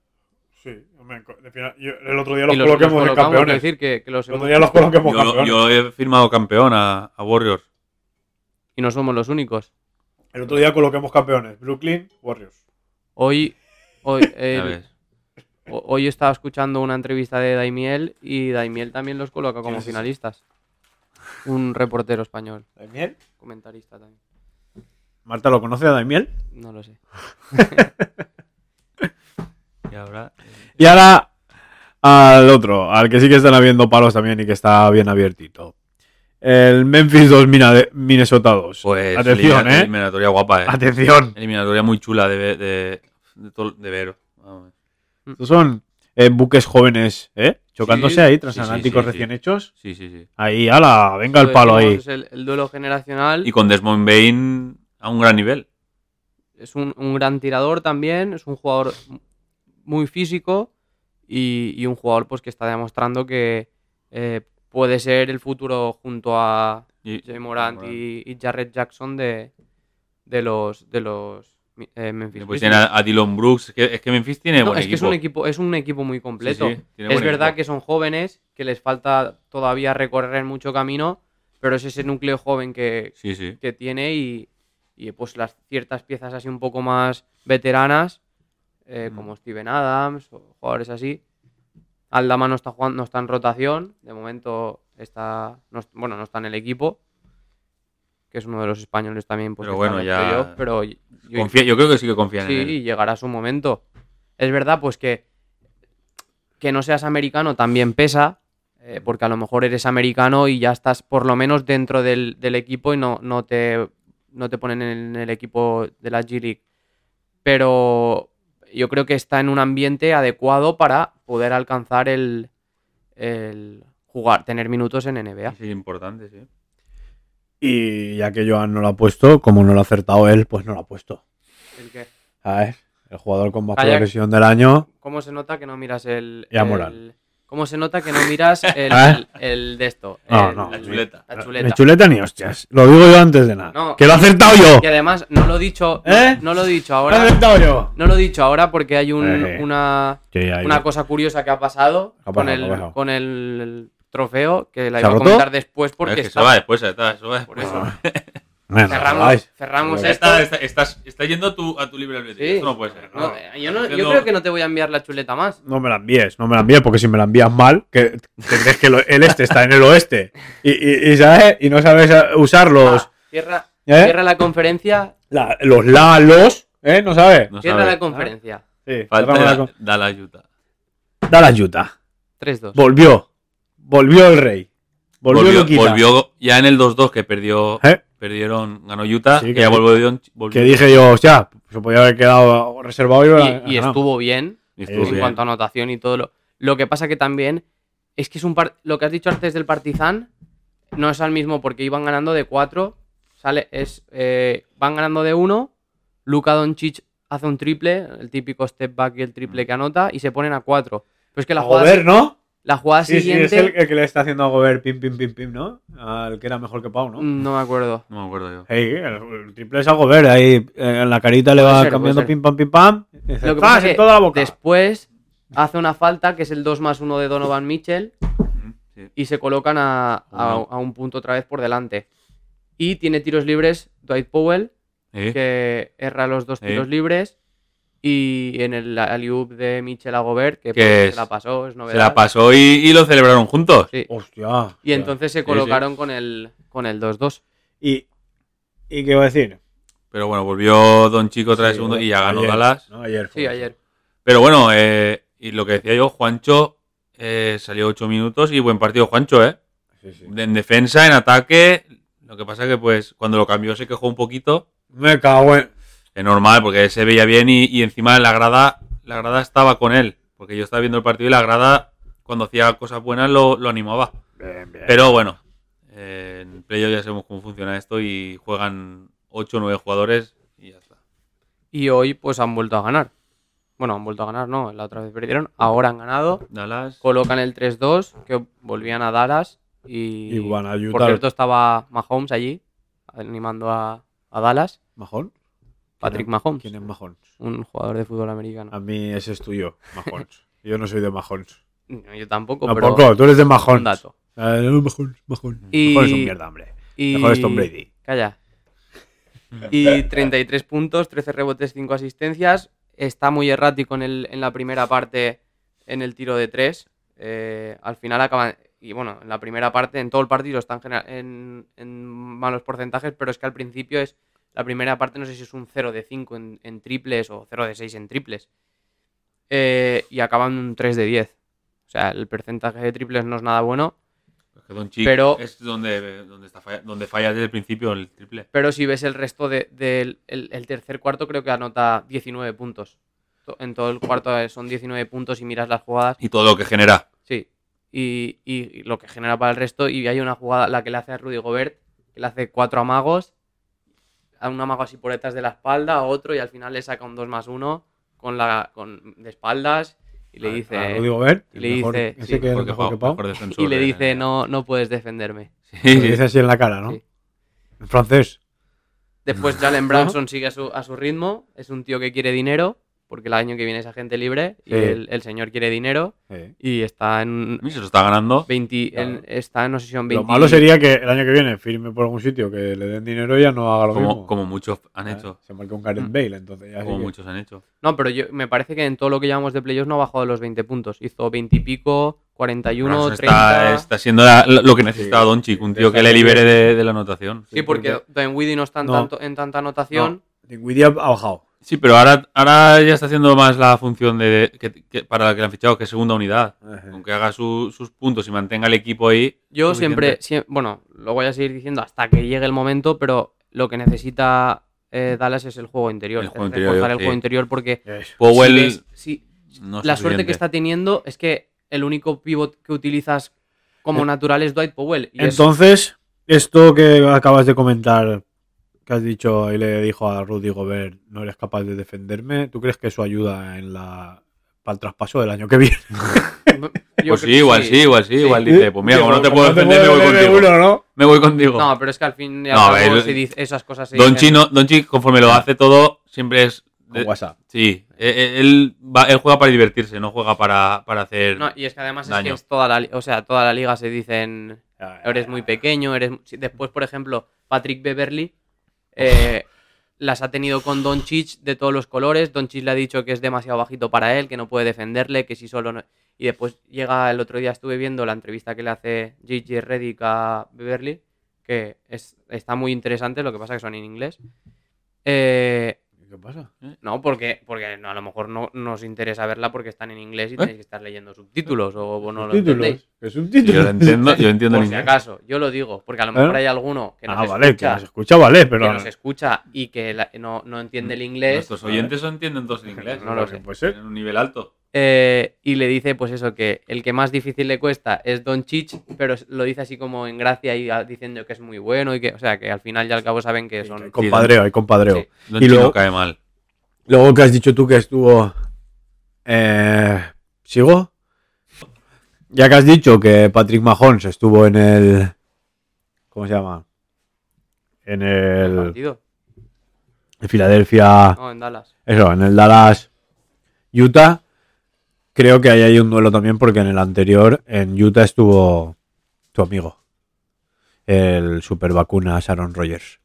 S1: Sí, el otro día
S3: Y los- los colocamos, quiero decir, que, que los hemos-
S1: coloquemos
S2: Yo, yo he firmado campeón a, a Warriors.
S3: Y no somos los únicos.
S1: El otro día coloquemos campeones. Brooklyn, Warriors.
S3: Hoy, hoy,
S2: ya
S3: el-
S2: ves.
S3: ho- hoy estaba escuchando una entrevista de Daimiel y Daimiel también los coloca
S1: ¿Quién
S3: como
S1: es ese?
S3: finalistas. Un reportero español,
S1: ¿Daimiel?
S3: comentarista también.
S1: Marta, ¿lo conoce a Daimiel?
S3: No lo sé.
S2: Y ahora,
S1: Y ahora al otro, al que sí que están habiendo palos también y que está bien abiertito. El Memphis 2, Mina- de- Minnesota 2.
S2: Pues
S1: Atención,
S2: elimina-
S1: ¿eh?
S2: eliminatoria guapa, eh.
S1: Atención.
S2: Eliminatoria muy chula de, ve- de, de tol- de ver. Vamos.
S1: Estos son eh, buques jóvenes, ¿eh? Chocándose
S2: Sí,
S1: ahí,
S2: sí,
S1: transatlánticos
S2: sí, sí, sí.
S1: recién hechos.
S2: Sí, sí, sí.
S1: Ahí, ala, venga
S3: Lo
S1: el palo
S3: decimos,
S1: ahí.
S3: Es el, el duelo generacional.
S2: Y con Desmond Bain a un gran nivel.
S3: Es un, un gran tirador también. Es un jugador muy físico. Y, y un jugador pues que está demostrando que eh, puede ser el futuro junto a
S2: Y-
S3: Jay Morant y, y Jarrett Jackson de, de los de los eh, Memphis.
S2: Después
S3: Grizzlies.
S2: tiene a, a Dillon Brooks. Es que, es que Memphis Pues tiene
S3: No,
S2: buen
S3: es que es
S2: equipo.
S3: un equipo, es un equipo muy
S2: Sí, sí,
S3: completo.
S2: tiene
S3: es
S2: buen
S3: verdad
S2: equipo.
S3: que son jóvenes, que les falta todavía recorrer mucho camino, pero es ese núcleo joven que,
S2: Sí, sí.
S3: que tiene y, y, pues las ciertas piezas así un poco más veteranas, eh,
S2: Mm.
S3: como Steven Adams o jugadores así. Aldama no está jugando, no está en rotación, de momento está, no es- bueno, no está en el equipo, que es uno de los españoles también, pues,
S2: Pero
S3: que está en
S2: bueno,
S3: los
S2: ya-
S3: playoffs, pero yo-
S2: Confía- yo creo que sí que confían
S3: Sí,
S2: en él.
S3: y llegará su momento. Es verdad, pues que que no seas americano también pesa, eh, porque a lo mejor eres americano y ya estás por lo menos dentro del, del equipo y no, no, te, no te ponen en el equipo de la G-League. Pero yo creo que está en un ambiente adecuado para poder alcanzar el, el jugar, tener minutos en NBA.
S2: Sí, importante, sí.
S1: Y ya que Joan no lo ha puesto, como no lo ha acertado él, pues no lo ha puesto. ¿Sabes? El jugador con más
S3: Calla.
S1: progresión del año.
S3: ¿Cómo se nota que no miras el.
S1: Ya,
S3: el-
S1: Morán.
S3: ¿Cómo se nota que no miras el,
S1: ¿Eh?
S3: el, el de esto?
S1: No,
S3: El-
S1: no.
S2: La chuleta.
S3: La
S1: Ni
S3: chuleta.
S1: chuleta ni hostias. Lo digo yo antes de nada.
S3: No.
S1: ¡Que lo he acertado yo!
S3: Y además, no lo he dicho. no-
S1: ¿Eh?
S3: No, lo he dicho
S1: ¡Lo he
S3: ahora.
S1: acertado yo!
S3: No lo he dicho ahora porque hay un-
S1: Eh.
S3: una,
S1: Sí, ahí.
S3: una cosa curiosa que ha pasado,
S1: Ha pasado,
S3: con,
S1: ha
S3: el,
S1: pasado.
S3: con el trofeo que la
S1: ¿Se ha
S3: iba a
S1: roto?
S3: comentar después porque
S2: es que
S3: está.
S2: eso va después, está, eso va
S3: Por
S2: después.
S3: eso.
S1: Ah. Bueno,
S3: Cerramos,
S1: vais.
S3: cerramos
S1: Pero
S3: esto.
S2: Está, está- estás, está yendo a tu, a tu libre albedrío.
S3: Sí.
S2: Esto no puede ser.
S3: No, eh, yo, no- yo
S2: Haciendo-
S3: creo que no te voy a enviar la chuleta más.
S1: No me la envíes, no me la envíes, porque si me la envías mal, que te crees que lo- el este está en el oeste y, y- y ¿sabes? y no sabes eh, usar los,
S3: Ah, cierra,
S1: ¿eh?
S3: cierra la conferencia.
S1: la- los la, los, ¿eh? No sabes.
S2: No
S3: Cierra
S2: sabe.
S3: la conferencia.
S1: Sí,
S2: Falta
S1: cerramos la
S2: da,
S1: con-
S2: da la ayuda.
S1: Da la ayuda.
S3: 3-2.
S1: Volvió. Volvió el rey. Volvió,
S2: Volvió,
S1: Luquita.
S2: volvió ya en el 2-2 que perdió,
S1: ¿Eh?
S2: perdieron, ganó Utah.
S1: Sí,
S2: que,
S1: que
S2: ya
S1: sí.
S2: volvió, volvió.
S1: Que dije yo, hostia, se podía haber quedado reservado y, lo ha-
S3: Y, y
S1: ha ganado.
S3: estuvo bien.
S2: Y
S1: Muy
S2: estuvo
S3: en
S1: bien.
S3: cuanto a anotación y todo lo. Lo que pasa que también es que es un par- lo que has dicho antes del Partizan no es al mismo porque iban ganando de 4, sale es eh, van ganando de 1, Luka Doncic hace un triple, el típico step back y el triple que anota y se ponen a 4. Pero es que la
S1: A
S3: jugada,
S1: Gobert, ¿no?
S3: la jugada
S1: Sí, sí,
S3: siguiente
S1: es el, el que le está haciendo a Gobert pim, pim, pim, pim, ¿no? Al que era mejor que Pau, ¿no?
S3: mm, no me acuerdo.
S2: No me acuerdo yo.
S1: Hey, el, el triple es a Gobert, ahí eh, en la carita le
S3: Puede
S1: va
S3: ser,
S1: cambiando
S3: puede ser.
S1: pim, pam, pim, pam. y dice,
S3: Lo
S1: ¡zas!
S3: que pasa es
S1: en
S3: que
S1: toda la boca.
S3: Después hace una falta que es el 2 más 1 de Donovan Mitchell
S2: Sí.
S3: y se colocan a, a-
S2: Uno.
S3: a un punto otra vez por delante. Y tiene tiros libres Dwight Powell,
S2: ¿Eh?
S3: que erra los dos
S2: Sí.
S3: tiros libres. Y en el alley-oop de Michel Agobert, que
S2: Que
S3: pues,
S2: es-
S3: se la pasó, es novedad.
S2: Se la pasó y, y lo celebraron juntos.
S3: Sí.
S1: Hostia.
S3: Y entonces se
S2: sí.
S3: colocaron con el con el 2-2.
S1: ¿Y, y qué iba a decir?
S2: Pero bueno, volvió Don Chico otra
S1: Sí,
S2: vez segundo y ya ganó
S1: ayer,
S2: Dallas.
S1: ¿no? Ayer. fue.
S3: Sí, ayer.
S2: Pero bueno, eh, y lo que decía yo, Juancho eh, salió 8 minutos y buen partido Juancho, ¿eh?
S1: Sí, sí.
S2: En defensa, en ataque. Lo que pasa que pues cuando lo cambió se quejó un poquito.
S1: Me cago en.
S2: Es normal, porque se veía bien y, y encima la grada, la grada estaba con él. Porque yo estaba viendo el partido y la grada, cuando hacía cosas buenas, lo, lo animaba.
S1: Bien, bien.
S2: Pero bueno, eh, en playoff ya sabemos cómo funciona esto y juegan 8 o 9 jugadores y ya está.
S3: Y hoy pues han vuelto a ganar. Bueno, han vuelto a ganar, no, la otra vez perdieron. Ahora han ganado,
S2: Dallas.
S3: colocan el 3-2, que volvían a Dallas. Y,
S1: Y van a
S3: por
S1: ayudar.
S3: cierto estaba Mahomes allí, animando a, a Dallas.
S1: ¿Majón?
S3: Patrick
S1: ¿Quién es-
S3: Mahomes.
S1: ¿Quién es Majón?
S3: un jugador de fútbol americano.
S1: A mí ese es tuyo, Majón. Yo no soy de Majón.
S3: No, yo tampoco,
S1: Tampoco,
S3: pero
S1: tú eres de
S3: Oh, un
S1: Majón.
S3: dato.
S1: Ah, no, Majón, Majón.
S3: Y-
S1: Majón es un mierda, hombre.
S3: Y...
S1: Mejor es Tom Brady.
S3: Calla. Y 33 puntos, 13 rebotes, 5 asistencias. Está muy errático en, el- en la primera parte en el tiro de 3. al final acaban... Y bueno, en la primera parte, en todo el partido están genera- en, en malos porcentajes, pero es que al principio es... La primera parte no sé si es un 0 de 5 en, en triples o 0 de 6 en triples. Eh, y acaban un 3 de 10. O sea, el porcentaje de triples no es nada bueno.
S2: que Doncic
S3: Pero-
S2: es donde, donde, está falla, donde falla desde el principio el triple.
S3: Pero si ves el resto de- del el- el tercer cuarto, creo que anota 19 puntos. To- En todo el cuarto eh, son 19 puntos y miras las jugadas.
S2: Y todo lo que genera.
S3: Sí. Y, y- y lo que genera para el resto. Y hay una jugada, la que le hace a Rudy Gobert, que le hace cuatro amagos. A un amago así por detrás de la espalda, a otro, y al final le saca un 2 más 1 con la, con, de espaldas. Y le dice.
S1: Ah, Rudy Gobert,
S3: y le
S1: el mejor-
S3: dice,
S1: ese
S3: sí,
S1: que es
S2: Porque
S1: mejor que
S2: Pau,
S1: Pau.
S2: mejor defensor
S3: y le
S2: de-
S1: eh.
S3: dice, no, no puedes defenderme.
S1: Le
S2: Sí, sí.
S1: dice así en la cara, ¿no?
S3: Sí.
S1: En francés.
S3: Después Jalen Branson sigue a su, a su ritmo. Es un tío que quiere dinero, porque el año que viene es agente libre. Y
S1: Sí.
S3: el, el señor quiere dinero.
S1: Sí.
S3: Y está en.
S2: Y se lo está ganando.
S3: 20,
S1: Claro.
S3: en- está en, no sé si son 20.
S1: Lo malo sería que el año que viene firme por algún sitio, que le den dinero y ya no haga lo
S2: Como,
S1: mismo.
S2: como muchos han
S1: Ah,
S2: hecho.
S1: Se marcó un Gareth
S3: Mm.
S1: Bale, entonces ya sí
S2: Como
S1: que-
S2: muchos han hecho.
S3: No, pero yo, me parece que en todo lo que llevamos de playoffs no ha bajado de los 20 puntos. Hizo 20 y pico, 41,
S2: Brunson
S3: 30.
S2: está, está siendo la- lo que necesitaba
S1: Sí,
S2: Doncic, un
S1: sí,
S2: tío que le libere de, de la anotación.
S3: Sí, porque Dinwiddie no está en,
S1: No.
S3: tanto- en tanta anotación.
S1: Dinwiddie ha bajado.
S2: Sí, pero ahora, ahora ya está haciendo más la función de, que- que- para la que le han fichado, que es segunda unidad.
S1: Eh,
S2: Aunque haga su- sus puntos y mantenga el equipo ahí.
S3: Yo
S2: suficiente.
S3: siempre, siem- bueno, lo voy a seguir diciendo hasta que llegue el momento, pero lo que necesita eh, Dallas es el juego interior.
S2: El juego
S3: es
S2: interior,
S3: reforzar el
S2: sí.
S3: juego interior porque
S1: Eso.
S2: Powell.
S3: si ves- si-
S2: no es
S3: la suerte
S2: suficiente.
S3: que está teniendo es que el único pivot que utilizas como natural es Dwight Powell. Y es-
S1: Entonces, esto que acabas de comentar, que has dicho y le dijo a Rudy Gobert, no eres capaz de defenderme, ¿tú crees que eso ayuda en la para el traspaso del año que viene?
S3: yo
S2: Pues sí,
S3: creo que
S2: igual sí, igual sí,
S3: Sí.
S2: igual dice. Pues mira,
S1: Sí,
S2: como no te
S1: como
S2: puedo defender, me voy
S1: defender
S2: contigo.
S1: uno, ¿no?
S2: Me voy contigo.
S3: No, pero es que al fin y al
S2: No, a
S3: cabo
S2: ver,
S3: se dice- esas cosas se
S2: Donchi,
S3: dicen.
S2: no, Doncic, conforme lo hace todo, siempre es.
S1: Con WhatsApp.
S2: Sí, eh, eh, él, va- él juega para divertirse, no juega para, para hacer.
S3: No, y es que además es
S2: Daño.
S3: que es toda la, li- o sea, toda la liga se dicen eres muy pequeño, eres mu- sí, después por ejemplo Patrick Beverly eh, las ha tenido con Doncic de todos los colores, Doncic le ha dicho que es demasiado bajito para él, que no puede defenderle, que si solo no... y después llega el otro día estuve viendo la entrevista que le hace JJ Redick a Beverly que es- está muy interesante, lo que pasa que son en inglés. Eh,
S1: ¿Qué pasa?
S3: no, porque, porque no, a lo mejor no nos interesa verla porque están en inglés y tenéis que estar leyendo subtítulos o vos no lo entendéis.
S1: Subtítulos. ¿Qué
S2: Sí, yo lo
S1: subtítulos?
S2: entiendo, yo entiendo el
S3: Por si
S2: inglés.
S3: acaso, yo lo digo, porque a lo
S1: ¿Eh?
S3: mejor hay alguno que nos,
S1: Ah, vale, que
S3: escucha,
S1: nos escucha, vale, Mm,
S3: que
S1: pero
S3: nos escucha y que la- no, no entiende el inglés
S2: Nuestros oyentes no entienden dos en inglés.
S3: No lo sé.
S1: Puede ser.
S2: En un nivel alto.
S3: eh, y le dice pues eso, que el que más difícil le cuesta es Don Chich, pero lo dice así como en gracia y ah, diciendo que es muy bueno y que, o sea, que al final y al cabo saben que
S1: Hay
S3: son...
S1: compadreo, hay compadreo.
S3: Sí.
S2: Doncic
S1: luego-
S2: no cae mal.
S1: Luego que has dicho tú que estuvo. Eh, ¿Sigo? Ya que has dicho que Patrick Mahomes estuvo en el. ¿Cómo se llama? En
S3: el
S1: el.
S3: partido.
S1: En Filadelfia.
S3: No, en Dallas.
S1: Eso, en el Dallas. Utah. Creo que ahí hay un duelo también porque en el anterior, en Utah estuvo tu amigo. El super vacuna Aaron Rodgers.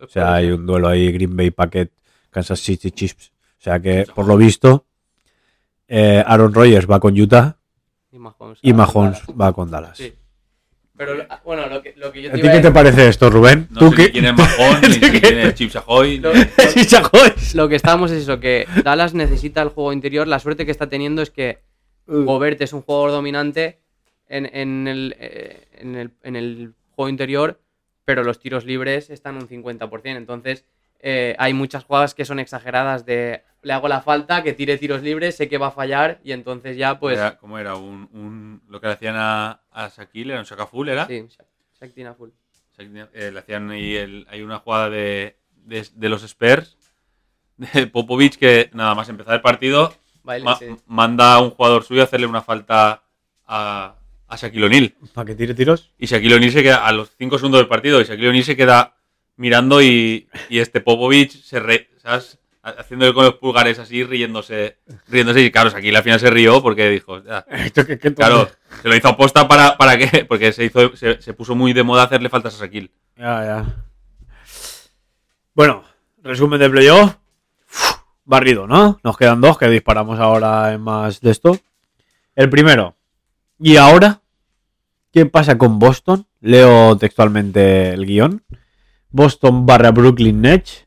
S1: O sea, hay un duelo ahí, Green Bay Packet, Kansas City Chiefs. O sea que, por lo visto, eh, Aaron Rodgers va con Utah
S3: Y Mahomes.
S1: y Mahomes va con Dallas.
S3: Ah, Sí. Pero ah, bueno, lo que, lo que yo
S1: ¿A
S3: te
S1: ti
S3: iba a
S1: qué te parece esto, Rubén?
S2: No
S1: ¿Tú
S2: sé
S1: qué?
S2: ni quién es Mahón, ni si quién es Chips Ahoy.
S3: Lo-
S2: ni-
S1: Sí, chacois.
S3: Lo que estábamos es eso, que Dallas necesita el juego interior. La suerte que está teniendo es que
S1: Mm.
S3: Gobert es un jugador dominante en, en el, eh, en, el, en el juego interior, pero los tiros libres están un 50%. Entonces, eh, hay muchas jugadas que son exageradas de le hago la falta, que tire tiros libres, sé que va a fallar y entonces ya pues...
S2: Era- ¿Cómo era? Un, un- lo que le hacían a, a Shaquille, era un Shaqaful, ¿era?
S3: Sí, Shaq- Shaq tiene a full.
S2: Shaq- eh, le hacían ahí el- hay una jugada de, de, de los Spurs, de Popovich, que nada más empezar el partido,
S3: Baile,
S2: ma-
S3: sí.
S2: manda a un jugador suyo a hacerle una falta a, a Shaquille O'Neal.
S1: ¿Para que tire tiros?
S2: Y Shaquille O'Neal se queda a los 5 segundos del partido. Y Shaquille O'Neal se queda mirando y, y este Popovich se re, ¿sabes? Ha- haciéndole con los pulgares así, riéndose. riéndose. Y claro, Shaquille al final se rió porque dijo. "Ya".
S1: Esto que- que-
S2: Claro, se lo hizo aposta para, para qué. Porque se, hizo, se, se puso muy de moda hacerle faltas a Shaquille.
S1: Ya, ya. Bueno, resumen de playoff. Barrido, ¿no? Nos quedan dos que disparamos ahora en más de esto. El primero. ¿Y ahora? ¿Qué pasa con Boston? Leo textualmente el guión. Boston barra Brooklyn Nets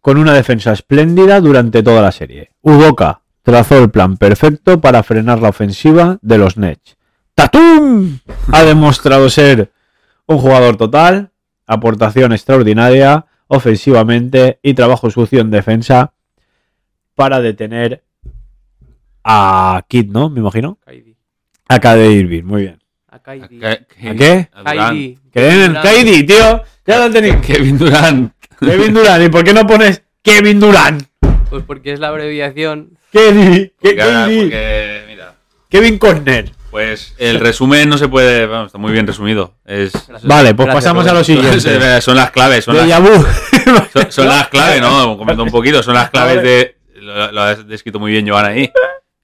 S1: con una defensa espléndida durante toda la serie. Udoka trazó el plan perfecto para frenar la ofensiva de los Nets. Tatum ha demostrado ser un jugador total, aportación extraordinaria ofensivamente y trabajo sucio en defensa para detener a Kid, ¿no? Me imagino.
S3: Kaidi.
S1: A Cade Irving, muy bien.
S3: A Kaidi.
S1: ¿A qué?
S3: Kaidi.
S1: Kevin
S3: Durant.
S1: KD, tío. Ya lo tenéis.
S2: Kevin Durant.
S1: Kevin Durant. ¿Y por qué no pones Kevin Durant?
S3: Pues porque es la abreviación.
S1: Kevin,
S2: Porque ahora- porque, mira,
S1: Kevin Corner.
S2: pues el resumen no se puede. Vamos, está muy bien resumido. Es,
S1: Vale, pues
S3: Gracias,
S1: pasamos a
S3: Rubén.
S1: lo siguiente.
S2: son, las claves. Son las,
S1: Deja vu.
S2: son- son las claves, ¿no? Comento un poquito. Son las claves de. Lo, lo has descrito muy bien, Joan, ahí.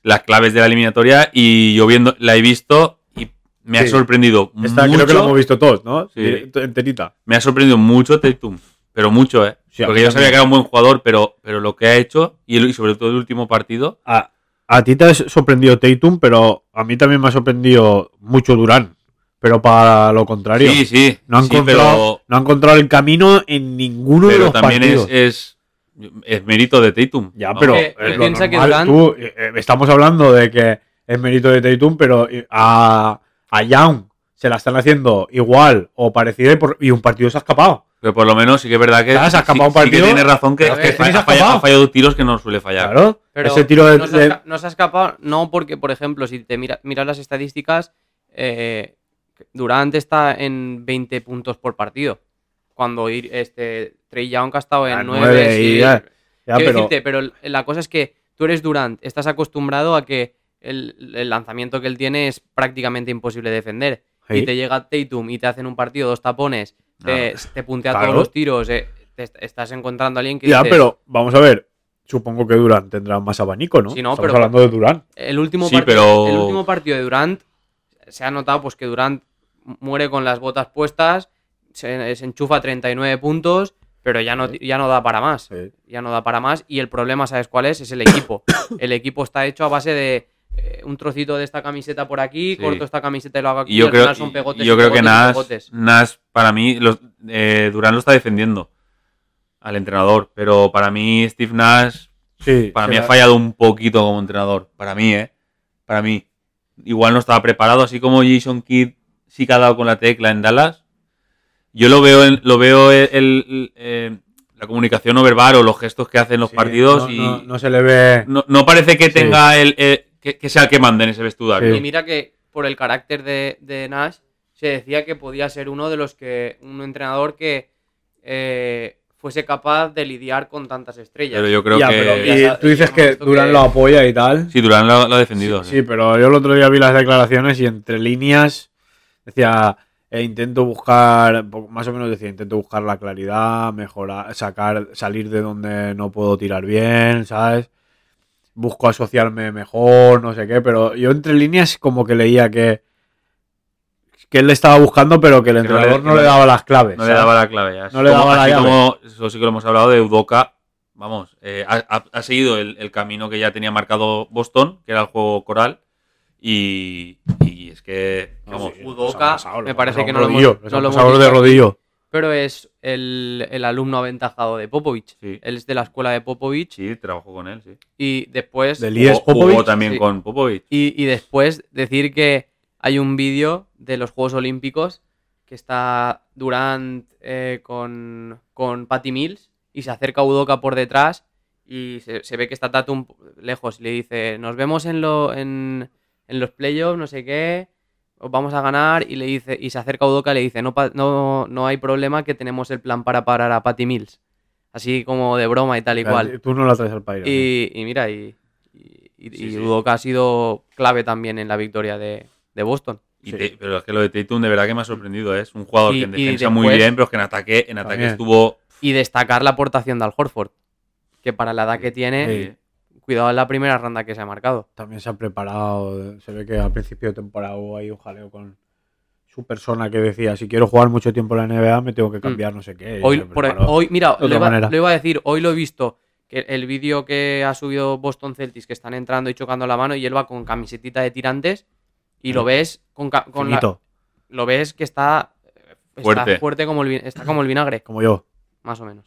S2: Las claves de la eliminatoria. Y yo viendo, la he visto y me ha
S1: Sí.
S2: sorprendido.
S1: Esta
S2: mucho.
S1: creo que lo hemos visto todos, ¿no? Eh,
S2: Sí.
S1: Directo- Enterita.
S2: Me ha sorprendido mucho Tatum, pero mucho, ¿eh?
S1: Sí, a
S2: Porque
S1: mí
S2: yo sabía
S1: también.
S2: que era un buen jugador, pero, pero lo que ha hecho, y, el- y sobre todo el último partido,
S1: A, a ti te ha sorprendido Tatum, pero a mí también me ha sorprendido mucho Durán. Pero para lo contrario.
S2: sí, sí,
S1: no, ha
S2: sí,
S1: encontrado,
S2: pero,
S1: no ha encontrado el camino en ninguno de
S2: pero
S1: los
S2: también es,
S1: partidos.
S2: es, es mérito de Tatum.
S1: Ya,
S2: ¿no?
S1: pero
S3: Eh,
S1: es
S3: eh,
S1: lo
S3: piensa que
S1: normal.
S3: Durant-
S1: Tú, eh, eh, estamos hablando de que es mérito de Tatum, pero eh, a, a Young se la están haciendo igual o parecida y, por- y un partido se ha escapado.
S2: Pero por lo menos sí que es verdad que,
S1: Claro, se ha
S2: sí-
S1: escapado un
S2: sí que
S1: partido,
S2: tiene razón que,
S3: pero
S2: que
S3: es que
S2: ha,
S1: se ha
S2: ha fallado,
S1: escapado.
S2: ha fallado tiros que no suele fallar.
S1: Claro.
S3: Pero
S1: Ese tiro de,
S3: no, se ha,
S1: de-
S3: esca- no se ha escapado, no porque, por ejemplo, si te mira- miras las estadísticas, eh, Durant está en 20 puntos por partido. Cuando ir, este, Trey Young ha estado
S1: Ah,
S3: en
S1: nueve
S3: 9.
S1: y ya, ya,
S3: Quiero
S1: pero
S3: decirte, pero la cosa es que tú eres Durant, estás acostumbrado a que el, el lanzamiento que él tiene es prácticamente imposible de defender.
S1: Sí.
S3: Y te llega Tatum y te hacen un partido, dos tapones, te, te puntea
S1: Ah, Claro.
S3: todos los tiros, eh, te est- estás encontrando a alguien que
S1: ya,
S3: dices,
S1: pero vamos a ver. Supongo que Durán tendrá más abanico, ¿no?
S3: Sí, no,
S1: Estamos
S3: pero-
S1: hablando de Durán.
S3: el último,
S2: Sí,
S3: partido,
S2: pero-
S3: el último partido de Durant se ha notado pues que Durant muere con las botas puestas, se, se enchufa 39 puntos, pero ya no,
S1: Sí.
S3: ya no da para más. ya no da para más. Y el problema, ¿sabes cuál es? Es el equipo. el equipo está hecho a base de eh, un trocito de esta camiseta por aquí,
S2: Sí.
S3: corto esta camiseta y lo hago aquí.
S2: Y yo
S3: al
S2: creo,
S3: final son pegotes,
S2: y yo creo que
S3: pegotes,
S2: Nas,
S3: pegotes.
S2: Nas, para mí, los, eh, Durán lo está defendiendo al entrenador, pero para mí Steve Nash
S1: Sí,
S2: Para
S1: se
S2: mí
S1: la-
S2: ha fallado un poquito como entrenador. Para mí, ¿eh? Para mí. Igual no estaba preparado, así como Jason Kidd sí que ha dado con la tecla en Dallas. Yo lo veo, en- lo veo el, el- eh, la comunicación no verbal o los gestos que hacen los
S1: sí,
S2: partidos
S1: no,
S2: y
S1: no-
S2: no,
S1: no se le ve.
S2: no parece que
S1: Sí.
S2: tenga el, eh, que, que sea el que mande en ese vestuario.
S3: Y mira que por el carácter de, de Nash se decía que podía ser uno de los que un entrenador que eh, fuese capaz de lidiar con tantas estrellas.
S2: Pero yo creo
S1: Ya,
S2: que
S1: pero-
S3: Ya
S1: y
S3: sa-
S1: tú dices
S3: ya hemos
S1: que
S3: visto
S1: Durán
S3: que-
S1: lo apoya y tal.
S2: sí, Durán lo, lo ha defendido.
S1: Sí, sí, pero yo el otro día vi las declaraciones y entre líneas decía, eh, intento buscar, po- más o menos decía, intento buscar la claridad, mejorar, sacar, salir de donde no puedo tirar bien, ¿sabes? Busco asociarme mejor, no sé qué, pero yo entre líneas como que leía que que él le estaba buscando, pero que el
S2: Que no le-
S1: entrenador
S2: que
S1: no
S2: no
S1: le
S2: le-
S1: daba las claves.
S2: No le
S1: ¿sabes?
S2: daba la clave ya. Es
S1: No le
S2: como-
S1: daba la
S2: así
S1: llave.
S2: como- eso sí que lo hemos hablado de Udoca. Vamos, eh, ha, ha- ha seguido el, el camino que ya tenía marcado Boston, que era el juego coral. Y, y es que, vamos,
S1: Sí,
S3: Udoka,
S1: les ha pasado, les
S3: me
S1: ha
S3: parece
S1: pasado
S3: que
S1: un
S3: no lo hemos-
S1: rodillo, les
S3: no
S1: ha
S3: lo hemos
S1: pasado de
S3: visto.
S1: rodillo.
S3: Pero es el, el alumno aventajado de Popovich.
S2: Sí.
S3: Él es de la escuela de Popovich
S2: sí, trabajó con él, sí.
S3: y después
S1: Del
S2: Jugó-
S1: IES Popovich.
S2: Jugó también
S3: Sí.
S2: con Popovich.
S3: Y, y después decir que hay un vídeo de los Juegos Olímpicos que está Durant eh, con, con Patty Mills y se acerca Udoca por detrás y se, se ve que está Tatum lejos y le dice, nos vemos en, lo, en, en los playoffs, no sé qué, os vamos a ganar y le dice y se acerca Udoca y le dice, no, pa- no, no hay problema que tenemos el plan para parar a Patty Mills. Así como de broma y tal y cual.
S1: Tú no la traes al país.
S3: Y, y mira, y, y, y-
S2: Sí,
S3: y
S2: sí.
S3: Udoka ha sido clave también en la victoria de, de Boston.
S2: Y
S1: Sí.
S2: te- pero es que lo de Tatum de verdad que me ha sorprendido. ¿eh? Es un jugador
S3: Y-
S2: que en
S3: y
S2: defensa
S3: después-
S2: muy bien, pero es que en ataque, en ataque
S1: También.
S2: estuvo.
S3: Y destacar la aportación de Al Horford, que para la edad que tiene,
S2: eh,
S1: Sí.
S3: cuidado en la primera ronda que se ha marcado.
S1: también se ha preparado. Se ve que al principio de temporada hubo ahí un jaleo con su persona que decía, si quiero jugar mucho tiempo en la NBA me tengo que cambiar no sé qué. Y
S3: Mm. Hoy,
S1: se
S3: por- e-
S1: preparó.
S3: hoy mira,
S1: otra
S3: lo iba,
S1: manera.
S3: lo iba a decir, hoy lo he visto, que el vídeo que ha subido Boston Celtics, que están entrando y chocando la mano, y él va con camisetita de tirantes, y lo
S1: Sí.
S3: ves con, ca- con la-
S1: Finito,
S3: lo ves que está, está
S2: Fuerte.
S3: como el, vi- está como el vinagre,
S1: como yo.
S3: más o menos.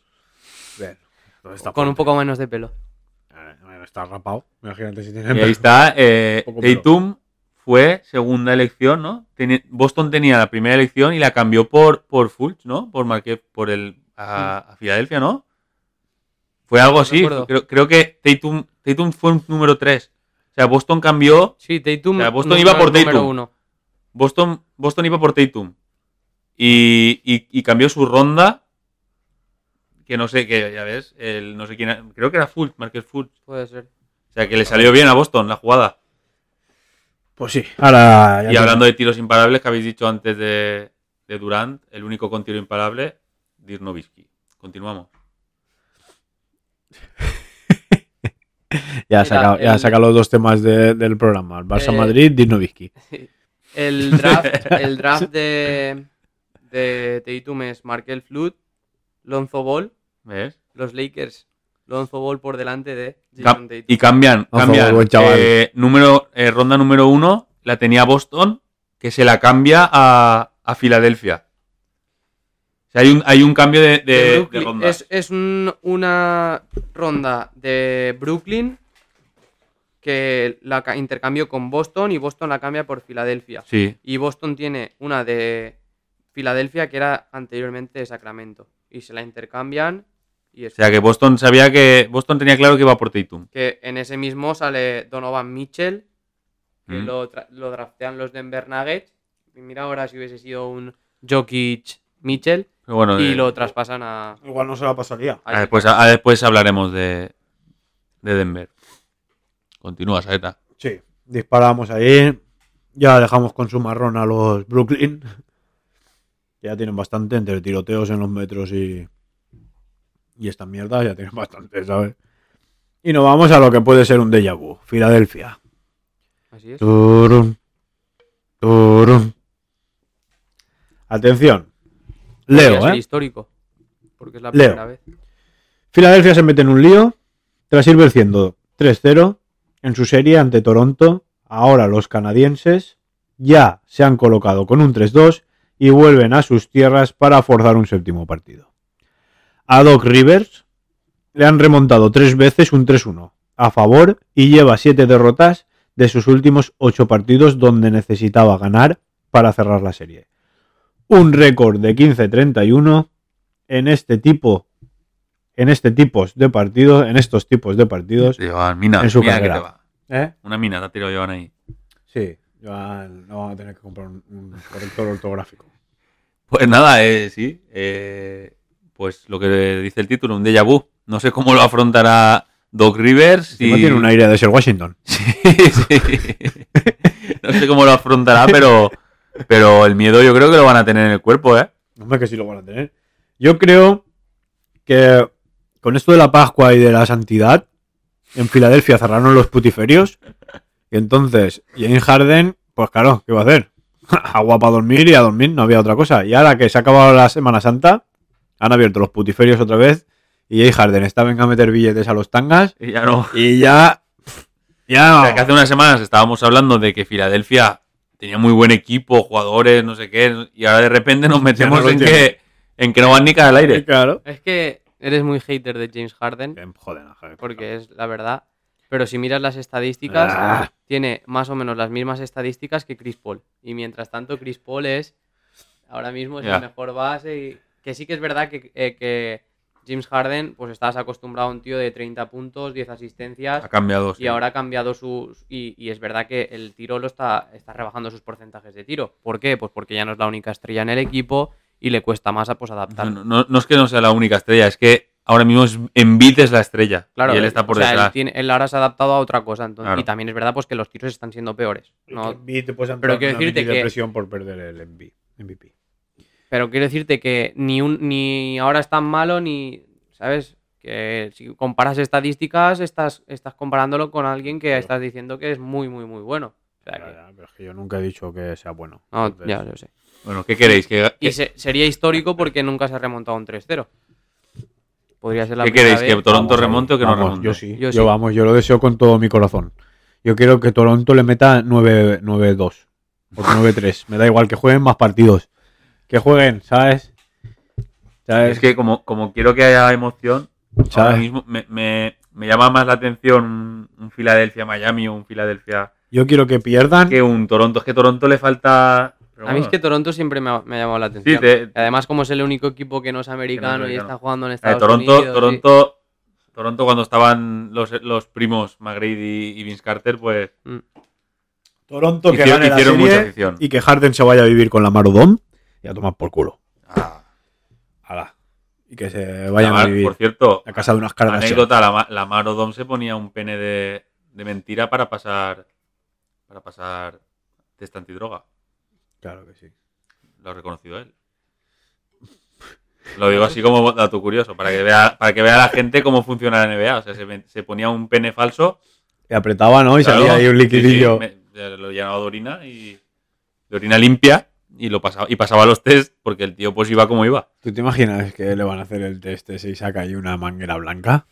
S1: Bien. Entonces está
S3: con un
S1: fuerte.
S3: poco menos de pelo.
S1: Eh, Está rapado. Imagínate si
S2: Y ahí
S1: tiene...
S2: está eh,
S1: Poco pelo.
S2: Tatum fue segunda elección, ¿no? Teni- Boston tenía la primera elección y la cambió por, por Fulch, ¿no? Por Marque, por el a, a Filadelfia, ¿no? Fue algo así.
S3: recuerdo.
S2: Creo, creo que Tatum, Tatum fue un número 3. O sea, Boston cambió.
S3: Sí, Tatum.
S2: O sea, Boston
S3: número-
S2: iba por
S3: número
S2: Tatum.
S3: uno.
S2: Boston, Boston iba por Tatum. Y, y- y cambió su ronda. Que no sé, que ya ves, el, no sé quién. era- Creo que era Fulch, Marquez Fulch.
S3: Puede ser.
S2: O sea, que le salió bien a Boston la jugada.
S1: Pues sí.
S5: Ahora. ya
S2: Y
S5: te-
S2: hablando de tiros imparables que habéis dicho antes de, de Durant, el único con tiro imparable, Dirk Nowitzki. Continuamos.
S5: Ya ha sacado,
S3: Mira,
S5: ya ha
S3: el-
S5: sacado los dos temas de- del programa: el Barça
S3: Eh,
S5: Madrid, Dinovski.
S3: El draft, el draft de, de Tatum es Markel Flood, Lonzo Ball,
S2: ¿Ves?
S3: los Lakers, Lonzo Ball por delante de
S2: Cam-
S3: Jason Tatum.
S2: y cambian,
S5: Por
S2: cambian.
S5: favor, buen chaval.
S2: eh, número, eh, ronda número uno la tenía Boston, que se la cambia a, a Filadelfia. O sea, hay un, hay un cambio de, de-
S3: De
S2: de
S3: Brooklyn.
S2: ronda.
S3: Es, es un- una ronda de Brooklyn que la ca- intercambió con Boston y Boston la cambia por Filadelfia.
S2: Sí,
S3: Y Boston tiene una de Filadelfia que era anteriormente de Sacramento. Y se la intercambian y es
S2: o sea que Boston sabía que Boston tenía claro que iba por Tatum.
S3: que en ese mismo sale Donovan Mitchell, que
S2: Mm.
S3: lo, tra- lo draftean los Denver Nuggets. Y mira ahora si hubiese sido un Jokic Mitchell
S2: Pero bueno,
S3: y
S2: eh,
S3: lo traspasan a...
S1: Igual no se la pasaría.
S2: ah, después, ah, después hablaremos de, de Denver. Continúa, Saeta.
S1: Sí. Disparamos ahí. Ya dejamos con su marrón a los Brooklyn. Que ya tienen bastante entre tiroteos en los metros y. Y estas mierdas ya tienen bastante, ¿sabes? Y nos vamos a lo que puede ser un déjà vu. Filadelfia.
S3: Así es.
S1: Turun. Turun. Atención.
S3: Podría
S1: Leo,
S3: ser
S1: ¿eh?
S3: histórico. Porque es la
S1: Leo.
S3: primera vez.
S1: Filadelfia se mete en un lío tras ir venciendo 3-0 en su serie ante Toronto. Ahora los canadienses ya se han colocado con un 3-2 y vuelven a sus tierras para forzar un séptimo partido. A Doc Rivers le han remontado tres veces un 3-1 a favor y lleva siete derrotas de sus últimos ocho partidos donde necesitaba ganar para cerrar la serie. Un récord de 15-31 en este tipo en este tipo de partidos, en estos tipos de partidos.
S2: Joan, mina,
S1: en su
S2: mira que
S1: carrera.
S2: te va.
S1: ¿Eh?
S2: Una mina te ha tirado Joan ahí.
S1: Sí, Joan, ah, no vamos a tener que comprar un, un corrector ortográfico.
S2: Pues nada, eh, sí. eh, pues lo que dice el título, un déjà vu. No sé cómo lo afrontará Doc Rivers. Si...
S1: No tiene un aire de ser Washington.
S2: Sí, sí. No sé cómo lo afrontará, pero, pero el miedo yo creo que lo van a tener en el cuerpo, ¿eh?
S1: Hombre, que sí lo van a tener. Yo creo que con esto de la Pascua y de la Santidad, en Filadelfia cerraron los putiferios. Y entonces, James Harden, pues claro, ¿qué va a hacer? Agua para dormir y a dormir, no había otra cosa. Y ahora que se ha acabado la Semana Santa, han abierto los putiferios otra vez. Y James Harden está venga a meter billetes a los tangas.
S2: Y ya no.
S1: Y ya. Ya.
S2: O sea, que hace unas semanas estábamos hablando de que Filadelfia tenía muy buen equipo, jugadores, no sé qué, y ahora de repente nos metemos
S1: lo
S2: en,
S1: tiene.
S2: que, en que no van ni cara al aire.
S1: Claro.
S3: Es que eres muy hater de James Harden,
S1: Em, Joder, no, joder.
S3: porque es la verdad. Pero si miras las estadísticas,
S1: Ah.
S3: tiene más o menos las mismas estadísticas que Chris Paul. Y mientras tanto, Chris Paul es ahora mismo es
S2: Ya.
S3: el mejor base. Y, que sí que es verdad que, eh, que James Harden, pues estabas acostumbrado a un tío de 30 puntos, 10 asistencias.
S2: Ha cambiado. sí.
S3: Y ahora ha cambiado su. Y, y es verdad que el tiro lo está, está rebajando sus porcentajes de tiro. ¿Por qué? Pues porque ya no es la única estrella en el equipo y le cuesta más pues, adaptar.
S2: No, no- no es que no sea la única estrella, es que ahora mismo es- Embiid es la estrella.
S3: Claro,
S2: y él está por
S3: o sea, él
S2: detrás.
S3: tiene- él ahora se ha adaptado a otra cosa. entonces-
S2: Claro.
S3: Y también es verdad pues, que los tiros están siendo peores. ¿no?
S1: pero
S3: Pero quiero decirte que-
S1: depresión por perder el MV MVP.
S3: Pero quiero decirte que ni, un, ni ahora es tan malo ni. ¿Sabes? Que si comparas estadísticas, estás, estás comparándolo con alguien que
S1: Claro.
S3: estás diciendo que es muy, muy, muy bueno. O sea,
S1: Ya,
S3: que-
S1: ya, pero es que yo nunca he dicho que sea bueno.
S3: no,
S1: Entonces,
S3: ya lo sé.
S2: Bueno, ¿qué queréis? ¿Que,
S3: Y
S2: que-
S3: se- sería histórico porque nunca se ha remontado un 3-0. Podría ser la
S2: ¿qué
S3: primera
S2: queréis? ¿Que
S3: vez.
S2: Toronto
S1: vamos,
S2: remonte o que no
S1: vamos,
S2: remonte?
S1: Yo sí, yo,
S3: Yo sí.
S1: vamos, yo lo deseo con todo mi corazón. Yo quiero que Toronto le meta 9 9-2 o 9-3. Me da igual que jueguen más partidos. Que jueguen, ¿sabes? ¿Sabes?
S2: Es que como, como quiero que haya emoción, ahora
S1: ¿Sabes?
S2: mismo me, me- me llama más la atención un, un Filadelfia-Miami o un Filadelfia...
S1: Yo quiero que pierdan.
S2: Que un Toronto, es que Toronto le falta. pero
S3: A mí es
S2: bueno,
S3: que Toronto siempre me ha, me ha llamado la
S2: Sí,
S3: atención.
S2: te-
S3: Además, como es el único equipo que no es americano y
S2: americano.
S3: está jugando en
S2: la de
S3: Estados
S2: Toronto,
S3: Unidos. sí.
S2: Toronto, Toronto cuando estaban los, los primos McGrady y Vince Carter, pues
S1: Toronto que
S2: hicieron,
S1: gane la
S2: hicieron mucha
S1: serie
S2: afición.
S1: y que Harden se vaya a vivir con la Marodón y a tomar por culo.
S2: Ah,
S1: Ala. Y que se vayan a
S2: además,
S1: vivir
S2: por cierto,
S1: a casa de unas cargas.
S2: anécdota, la, Ma- la Maro Dom se ponía un pene de, de mentira para pasar para pasar test antidroga.
S1: Claro que sí.
S2: Lo ha reconocido él. Lo digo así como dato curioso, para que vea, para que vea la gente cómo funciona la NBA. O sea, se, ven- se ponía un pene falso.
S1: Y apretaba, ¿no? Y
S2: claro,
S1: salía ahí un
S2: sí, sí,
S1: liquidillo.
S2: me- lo llenaba de orina y. de orina limpia y lo pasaba, y pasaba los test porque el tío pues iba como iba.
S1: ¿Tú te imaginas que le van a hacer el test ese y saca ahí una manguera blanca?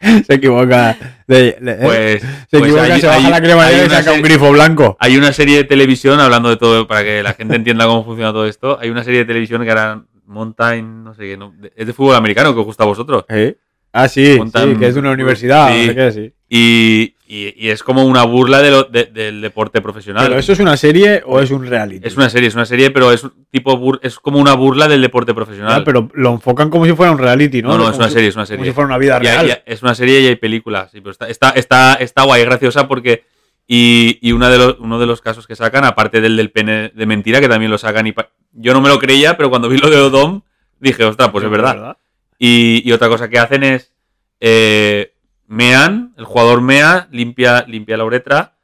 S1: se equivoca. de- de-
S2: Pues.
S1: se
S2: pues
S1: equivoca,
S2: hay-
S1: se baja
S2: hay-
S1: la cremadera
S2: hay
S1: y
S2: una
S1: saca un
S2: serie-
S1: grifo blanco.
S2: Hay una serie de televisión, hablando de todo, para que la gente entienda cómo funciona todo esto, hay una serie de televisión que harán Mountain, no sé qué, no- de- es de fútbol americano que os gusta a vosotros.
S1: ¿Eh? Ah, sí,
S2: Montan-
S1: sí, que es de una universidad.
S2: Sí.
S1: no sé qué, sí.
S2: Y, y- y es como una burla de lo- de- del deporte profesional.
S1: ¿Pero eso es una serie o es un reality?
S2: Es una serie, es una serie, pero es un tipo bur- es como una burla del deporte profesional.
S1: Ah, pero lo enfocan como si fuera un reality, ¿no?
S2: no, no, es
S1: Como
S2: una
S1: si-
S2: serie, es una
S1: Como si
S2: serie.
S1: fuera una vida
S2: Y hay-
S1: real.
S2: y- es una serie y hay películas. sí, pero está, está, está, está guay, es graciosa porque. Y, y una de los, uno de los casos que sacan, aparte del del pene de mentira, que también lo sacan. y pa- Yo no me lo creía, pero cuando vi lo de Odom, dije, ostras, pues es verdad. Y, y otra cosa que hacen es. eh, mean, el jugador mea, limpia, limpia la uretra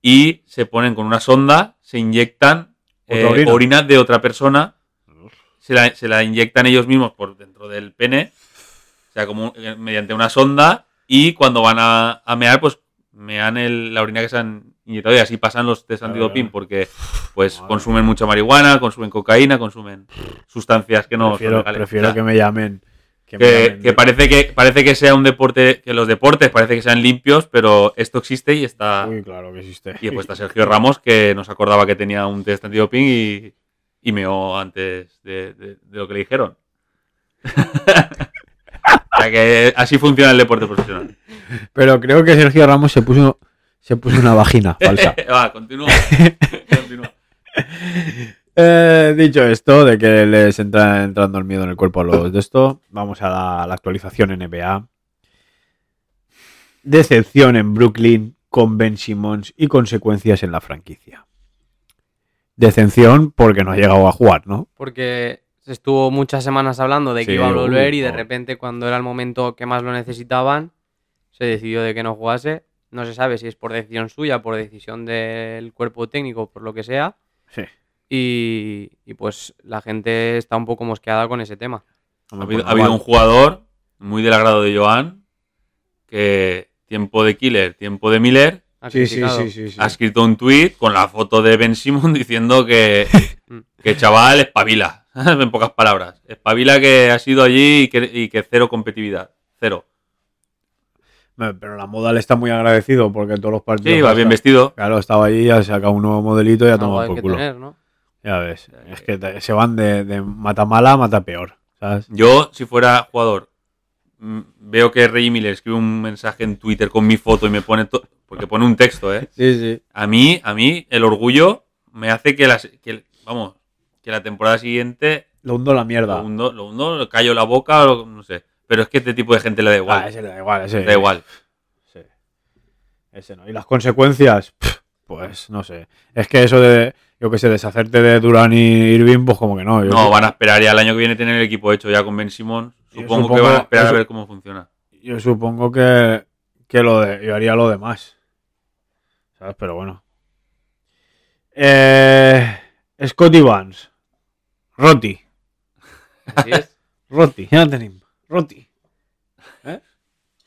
S2: y se ponen con una sonda, se inyectan
S1: Otra
S2: eh, orina.
S1: orina.
S2: de otra persona, se la, se la inyectan ellos mismos por dentro del pene, o sea, como eh, mediante una sonda, y cuando van a, a mear, pues mean el- la orina que se han inyectado y así pasan los test
S1: Claro,
S2: antidoping
S1: claro.
S2: porque pues
S1: Madre
S2: consumen mucha marihuana, consumen cocaína, consumen sustancias que no
S1: prefiero,
S2: legales.
S1: prefiero
S2: O sea,
S1: que me llamen. Que, me
S2: Eh, que,
S1: llamen-
S2: que parece que parece que sea un deporte que los deportes parece que sean limpios pero esto existe y está
S1: Uy, claro que existe.
S2: y después está Sergio Ramos que nos acordaba que tenía un test antidoping y y meó antes de, de- de lo que le dijeron o sea que así funciona el deporte profesional
S1: Pero creo que Sergio Ramos se puso, se puso una vagina falsa.
S2: va continúa Continúa.
S1: Eh, dicho esto, de que les entra entrando el miedo en el cuerpo a los de esto, vamos a la, la actualización NBA. Decepción en Brooklyn con Ben Simmons y consecuencias en la franquicia. Decepción porque no ha llegado a jugar, ¿no?
S3: Porque se estuvo muchas semanas hablando de que
S1: Sí,
S3: iba a
S1: uy,
S3: volver y de
S1: no.
S3: repente cuando era el momento que más lo necesitaban, se decidió de que no jugase. No se sabe si es por decisión suya, por decisión del cuerpo técnico, por lo que sea.
S1: Sí.
S3: Y, y pues la gente está un poco mosqueada con ese tema.
S2: ha habido, ha habido un jugador muy del agrado de Joan que tiempo de Killer tiempo de Miller
S3: Ha
S1: Sí, sí,
S3: criticado.
S1: sí, sí, sí.
S2: ha escrito un tuit con la foto de Ben Simon diciendo que, que chaval, espabila. En pocas palabras. Espabila que ha sido allí y que, y que cero competitividad. Cero.
S1: Bueno, Pero la moda le está muy agradecido porque en todos los partidos.
S2: Sí, va bien vestido.
S1: Claro, estaba allí, ya saca un nuevo modelito y ha
S3: Algo
S1: tomado
S3: hay
S1: por
S3: que
S1: culo.
S3: tener, ¿no?
S1: Ya ves, es que te- se van de, de mata mala a mata peor, ¿sabes?
S2: Yo, si fuera jugador, mm, veo que Rey Miller escribe un mensaje en Twitter con mi foto y me pone to- Porque pone un texto, ¿eh?
S1: Sí, sí.
S2: A mí, a mí, el orgullo me hace que las. que- vamos, que la temporada siguiente
S1: Lo hundo a la mierda.
S2: lo hundo, lo hundo, le callo la boca, lo- no sé. Pero es que este tipo de gente le da igual.
S1: Ah, ese le da igual, ese.
S2: le da igual.
S1: Sí. Ese no. ¿Y las consecuencias? Pff, Pues no sé. Es que eso de, yo qué sé, deshacerte de Durán y Irving, pues como que no. Yo,
S2: No, van a esperar ya el año que viene tener el equipo hecho ya con Ben Simon.
S1: Yo
S2: Supongo, que
S1: supongo-
S2: van a esperar a
S1: eso-
S2: ver cómo funciona.
S1: yo supongo que, que lo de- yo haría lo demás. ¿Sabes? Pero bueno. Eh, Scotty Barnes. Roti.
S3: Así es.
S1: Roti, ya lo tenemos. Roti. ¿Eh?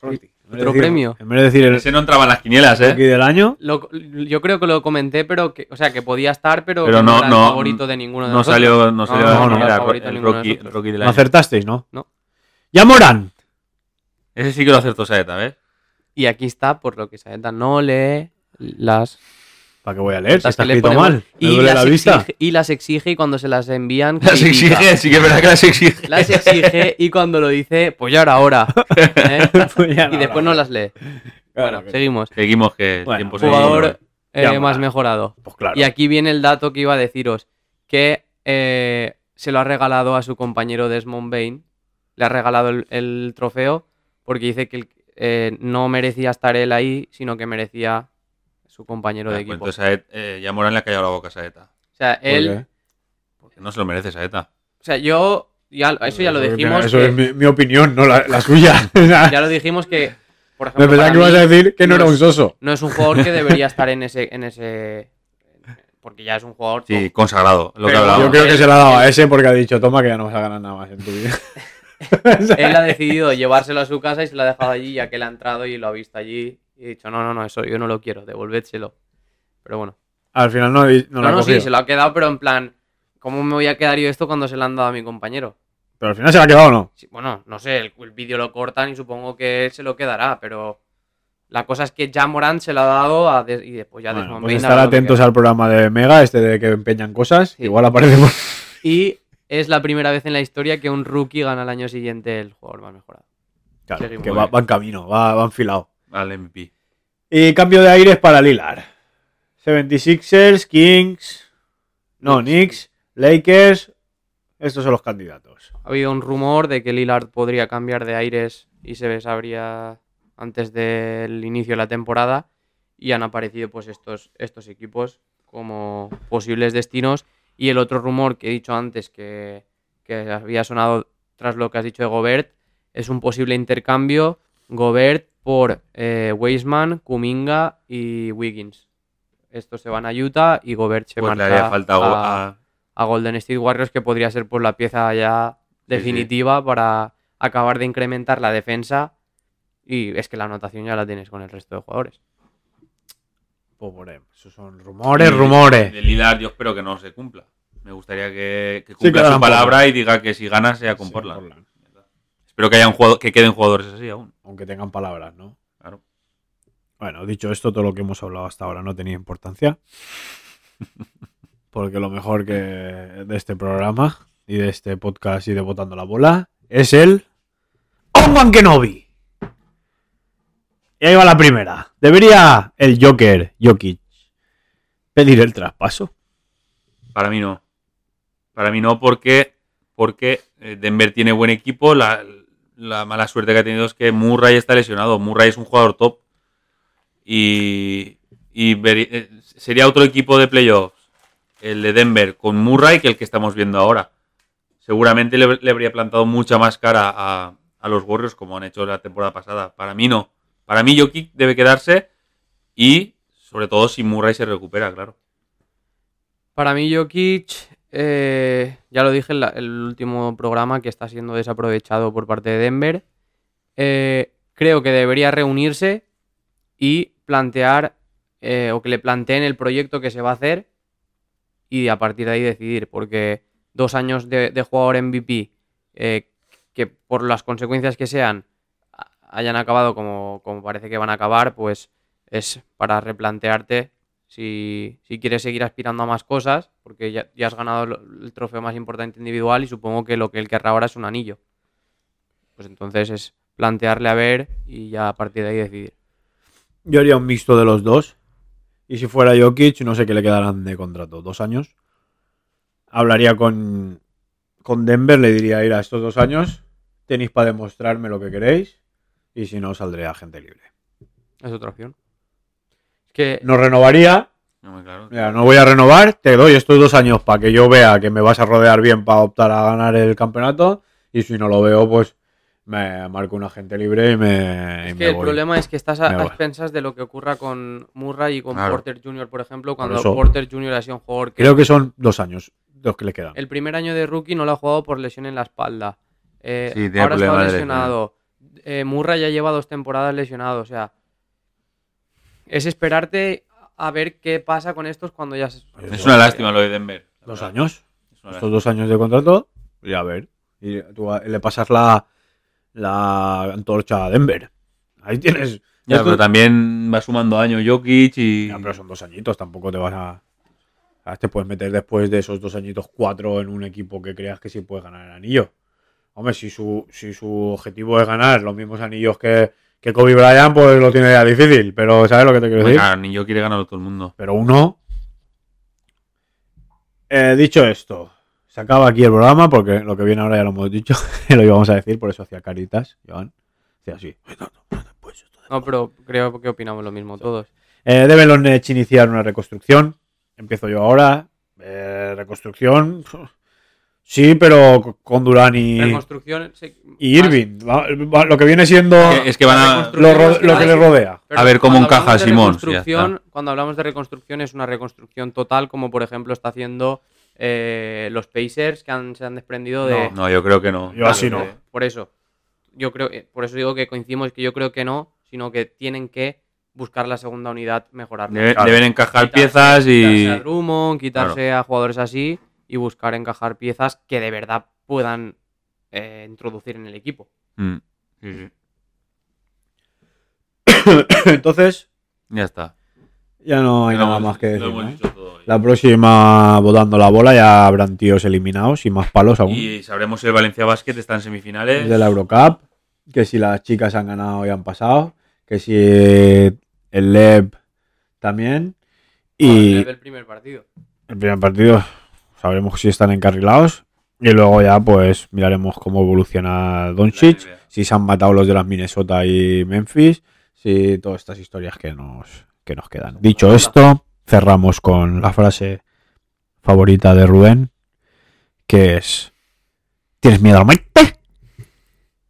S3: Roti.
S1: En vez de
S3: Otro
S1: decir-
S3: premio.
S1: En vez de decir el
S2: Ese no entraba en las quinielas,
S1: rookie
S2: ¿eh?
S1: del año,
S3: Lo- yo creo que lo comenté, pero que, o sea, que podía estar, pero,
S2: Pero
S3: que
S2: no-
S3: era el
S2: no-
S3: favorito de ninguno de
S2: No
S3: nosotros.
S2: salió, no salió
S3: No,
S2: en las
S1: no, no,
S2: quinielas,
S3: favorito
S2: el,
S3: ninguno de
S2: Rocky, el
S3: nosotros.
S2: Rocky del
S1: no
S2: año.
S1: acertasteis, ¿no?
S3: No.
S1: ¡Ya Morán!
S2: Ese sí que lo acertó Saeta, ¿ves?
S3: Y aquí está, por lo que Saeta no lee las
S1: ¿Para qué voy a leer? Si
S3: las
S1: está
S3: que le
S1: escrito
S3: ponemos.
S1: mal. Me
S3: Y
S1: duele
S3: las,
S1: la vista.
S3: exige, y las exige y cuando se las envían.
S2: Las
S3: critica.
S2: exige, sí que es verdad que las exige.
S3: Las exige y cuando lo dice, pues ya ahora, ahora. ¿eh?
S1: Pues ya
S3: Y
S1: no,
S3: después
S1: no.
S3: no las lee.
S6: Claro
S3: Bueno,
S6: que-
S3: seguimos.
S2: Seguimos que el
S6: Bueno,
S2: tiempo Ah, se
S3: Jugador eh,
S6: Ya,
S3: más
S6: bueno.
S3: mejorado.
S6: Pues claro.
S3: Y aquí viene el dato que iba a deciros, que eh, se lo ha regalado a su compañero Desmond Bain, le ha regalado el, el trofeo porque dice que el- eh, no merecía estar él ahí, sino que merecía su compañero de
S2: Ah,
S3: equipo.
S2: pues entonces Saet, eh, ya Morán le ha callado la boca a Saeta.
S3: o sea, él,
S1: Porque-
S2: Porque no se lo merece Saeta.
S3: o sea, yo, ya, eso ya lo
S1: Mira,
S3: dijimos,
S1: Eso
S3: que-
S1: es mi, mi opinión, no la, la suya. O sea,
S3: ya lo dijimos que, por
S1: Me pensaba
S3: ejemplo, para
S1: que ibas
S3: mí
S1: a decir que no era
S3: no
S1: un
S3: es-
S1: soso.
S3: no es un jugador que debería estar en ese, en ese, porque ya es un jugador
S2: Sí, consagrado, lo que
S3: Pero
S2: hablábamos.
S1: Yo creo que
S3: él-
S1: se la ha dado a
S3: él-
S1: ese porque ha dicho, toma que ya no vas a ganar nada más en tu vida.
S3: él ha decidido llevárselo a su casa y se lo ha dejado allí, ya que él ha entrado y lo ha visto allí. Y he dicho, no, no, no, eso yo no lo quiero, devolvédselo. Pero bueno.
S1: Al final no, di- no
S3: No,
S1: la ha
S3: no,
S1: cogido.
S3: sí, se lo ha quedado, pero en plan, ¿cómo me voy a quedar yo esto cuando se lo han dado a mi compañero?
S1: Pero al final se la ha quedado o no.
S3: Sí, bueno, no sé, el, el vídeo lo cortan y supongo que él se lo quedará, pero la cosa es que ya Morant se lo ha dado a Des- y después ya
S1: Bueno,
S3: Desmond
S1: pues
S3: Bain
S1: estar
S3: hará lo que
S1: atentos
S3: quiera.
S1: al programa de Mega, este de que empeñan cosas.
S3: Sí.
S1: Igual aparece por...
S3: Y es la primera vez en la historia que un rookie gana al año siguiente el jugador más mejorado.
S1: Claro,
S3: Seguimos.
S1: que va, va en camino, va, va enfilado.
S2: Al MVP.
S1: Y cambio de aires para Lilar. 76ers, Kings, no, Knicks, Lakers. Estos son los candidatos.
S3: Ha habido un rumor de que Lillard podría cambiar de aires y se sabría antes del inicio de la temporada y han aparecido pues estos, estos equipos como posibles destinos y el otro rumor que he dicho antes que, que había sonado tras lo que has dicho de Gobert es un posible intercambio Gobert por eh, Weisman, Kuminga y Wiggins. Estos se van a Utah y Gobert se
S2: Pues le
S3: marcha
S2: había faltado
S3: a-
S2: a,
S3: a Golden State Warriors, que podría ser pues la pieza ya definitiva para acabar de incrementar la defensa. Y es que la anotación ya la tienes con el resto de jugadores.
S1: Pobre, esos son rumores,
S2: Y-
S1: rumores.
S2: de Lillard yo espero que no se cumpla. Me gustaría que,
S1: Sí,
S2: que cumpla
S1: que
S2: su
S1: ganan
S2: palabra y diga que si gana sea con
S1: Sí,
S2: Portland.
S1: Portland.
S2: Espero que, haya un jugador, que queden jugadores así aún.
S1: Aunque tengan palabras, ¿no?
S2: Claro.
S1: Bueno, dicho esto, todo lo que hemos hablado hasta ahora no tenía importancia. Porque lo mejor que de este programa y de este podcast y de Botando la Bola es el Ongan Kenobi. Y ahí va la primera. ¿Debería el Joker, Jokic, pedir el traspaso?
S2: Para mí no. Para mí no, porque, porque eh, Denver tiene buen equipo. La, la mala suerte que ha tenido es que Murray está lesionado. Murray es un jugador top. Y, y veri- eh, sería otro equipo de playoffs, el de Denver, con Murray que el que estamos viendo ahora. Seguramente le, le habría plantado mucha más cara a, a los Warriors como han hecho la temporada pasada. Para mí no. Para mí Jokic debe quedarse y sobre todo si Murray se recupera, claro.
S3: Para mí, Jokic, eh, ya lo dije en la- el último programa, que está siendo desaprovechado por parte de Denver. Eh, creo que debería reunirse y plantear, eh, o que le planteen el proyecto que se va a hacer y a partir de ahí decidir, porque dos años de, de jugador MVP, eh, que por las consecuencias que sean a- hayan acabado como, como parece que van a acabar, pues es para replantearte si, si quieres seguir aspirando a más cosas, porque ya, ya has ganado lo- el trofeo más importante individual y supongo que lo que él querrá ahora es un anillo. Pues entonces es plantearle a ver y ya a partir de ahí decidir.
S1: Yo haría un mixto de los dos. Y si fuera Jokic, no sé qué le quedarán de contrato. Dos años. Hablaría con, con Denver, le diría, ir a estos dos años tenéis para demostrarme lo que queréis. Y si no, saldré a gente libre.
S3: Es otra opción. Es que
S1: No renovaría.
S2: No, muy claro.
S1: Mira, no voy a renovar. Te doy estos dos años para que yo vea que me vas a rodear bien para optar a ganar el campeonato. Y si no lo veo, pues me marco un agente libre y me. y
S3: Es
S1: me
S3: que el
S1: voy.
S3: problema es que estás a,
S1: Me
S3: a
S1: voy.
S3: expensas de lo que ocurra con Murray y con
S2: Claro.
S3: Porter Jr., por ejemplo, cuando
S1: eso.
S3: Porter Jr. ha sido un jugador que
S1: Creo que son dos años los que le quedan.
S3: el primer año de rookie no lo ha jugado por lesión en la espalda. Eh,
S2: Sí, tiene
S3: ahora
S2: problema
S3: está
S2: de
S3: lesionado. Eh, Murray ya lleva dos temporadas lesionado, o sea, es esperarte a ver qué pasa con estos cuando ya se...
S2: Es una lástima lo de Denver. la
S1: Dos
S2: verdad.
S1: años.
S2: Es
S1: estos
S2: una lástima.
S1: dos años de contrato y a ver. Y tú a- le pasas la, la antorcha a Denver. Ahí tienes.
S2: Ya,
S1: Estos-
S2: pero también va sumando años Jokic y.
S1: Ya, pero son dos añitos, tampoco te vas a. a- Te puedes meter después de esos dos añitos cuatro en un equipo que creas que sí puedes ganar el anillo. Hombre, si su, si su objetivo es ganar los mismos anillos que, Que Kobe Bryant pues lo tiene ya difícil, pero ¿sabes lo que te quiero decir?
S2: Claro, ni yo quiere ganar a todo el mundo.
S1: Pero uno... Eh, dicho esto, se acaba aquí el programa porque lo que viene ahora ya lo hemos dicho, lo íbamos a decir, por eso hacía caritas, Joan. Hacía así.
S3: No, pero creo que opinamos lo mismo todos.
S1: Eh, deben los Nets iniciar una reconstrucción. Empiezo yo ahora. Eh, reconstrucción. Sí, pero co- con Durán y,
S3: Reconstrucción. se-
S1: y
S3: más-
S1: Irving. Va- va- Lo que viene siendo
S2: Que- Eh, es que van a.
S3: Reconstru-
S1: lo, ro- lo que le rodea.
S3: Pero
S2: A ver cómo
S3: cuando
S2: encaja
S3: hablamos de
S2: Simons, ya
S3: reconstrucción, Cuando hablamos de reconstrucción es una reconstrucción total, como por ejemplo está haciendo eh, los Pacers que han- se han desprendido de...
S2: No, yo creo que no.
S1: Yo así no.
S3: Por eso. Yo creo, eh, por eso digo que coincidimos que yo creo que no, sino que tienen que buscar la segunda unidad, mejorarla.
S2: Debe-
S1: Claro.
S2: Deben encajar
S3: Quitarse-
S2: piezas Eh, y.
S3: Quitarse a Drummond, quitarse a jugadores así y buscar encajar piezas que de verdad puedan eh, introducir en el equipo.
S2: Mm. Sí, sí.
S1: Entonces,
S2: Ya está.
S1: ya no hay
S2: Lo
S1: nada
S2: hemos-
S1: más que
S2: lo
S1: decir.
S2: hemos
S1: ¿no?
S2: dicho todo ya.
S1: La próxima, votando la bola, ya habrán tíos eliminados y más palos aún.
S2: Y sabremos si el Valencia Basket está en semifinales.
S1: de la Eurocup, que si las chicas han ganado y han pasado, que si el LEB también. Y
S3: el primer partido.
S1: el primer partido sabremos si están encarrilados. Y luego ya pues miraremos cómo evoluciona Doncic,
S2: NBA.
S1: si se han matado los de las Minnesota y Memphis, si todas estas historias que nos, que nos quedan. Dicho esto, cerramos con la frase favorita de Rubén, que es ¿Tienes miedo al maite?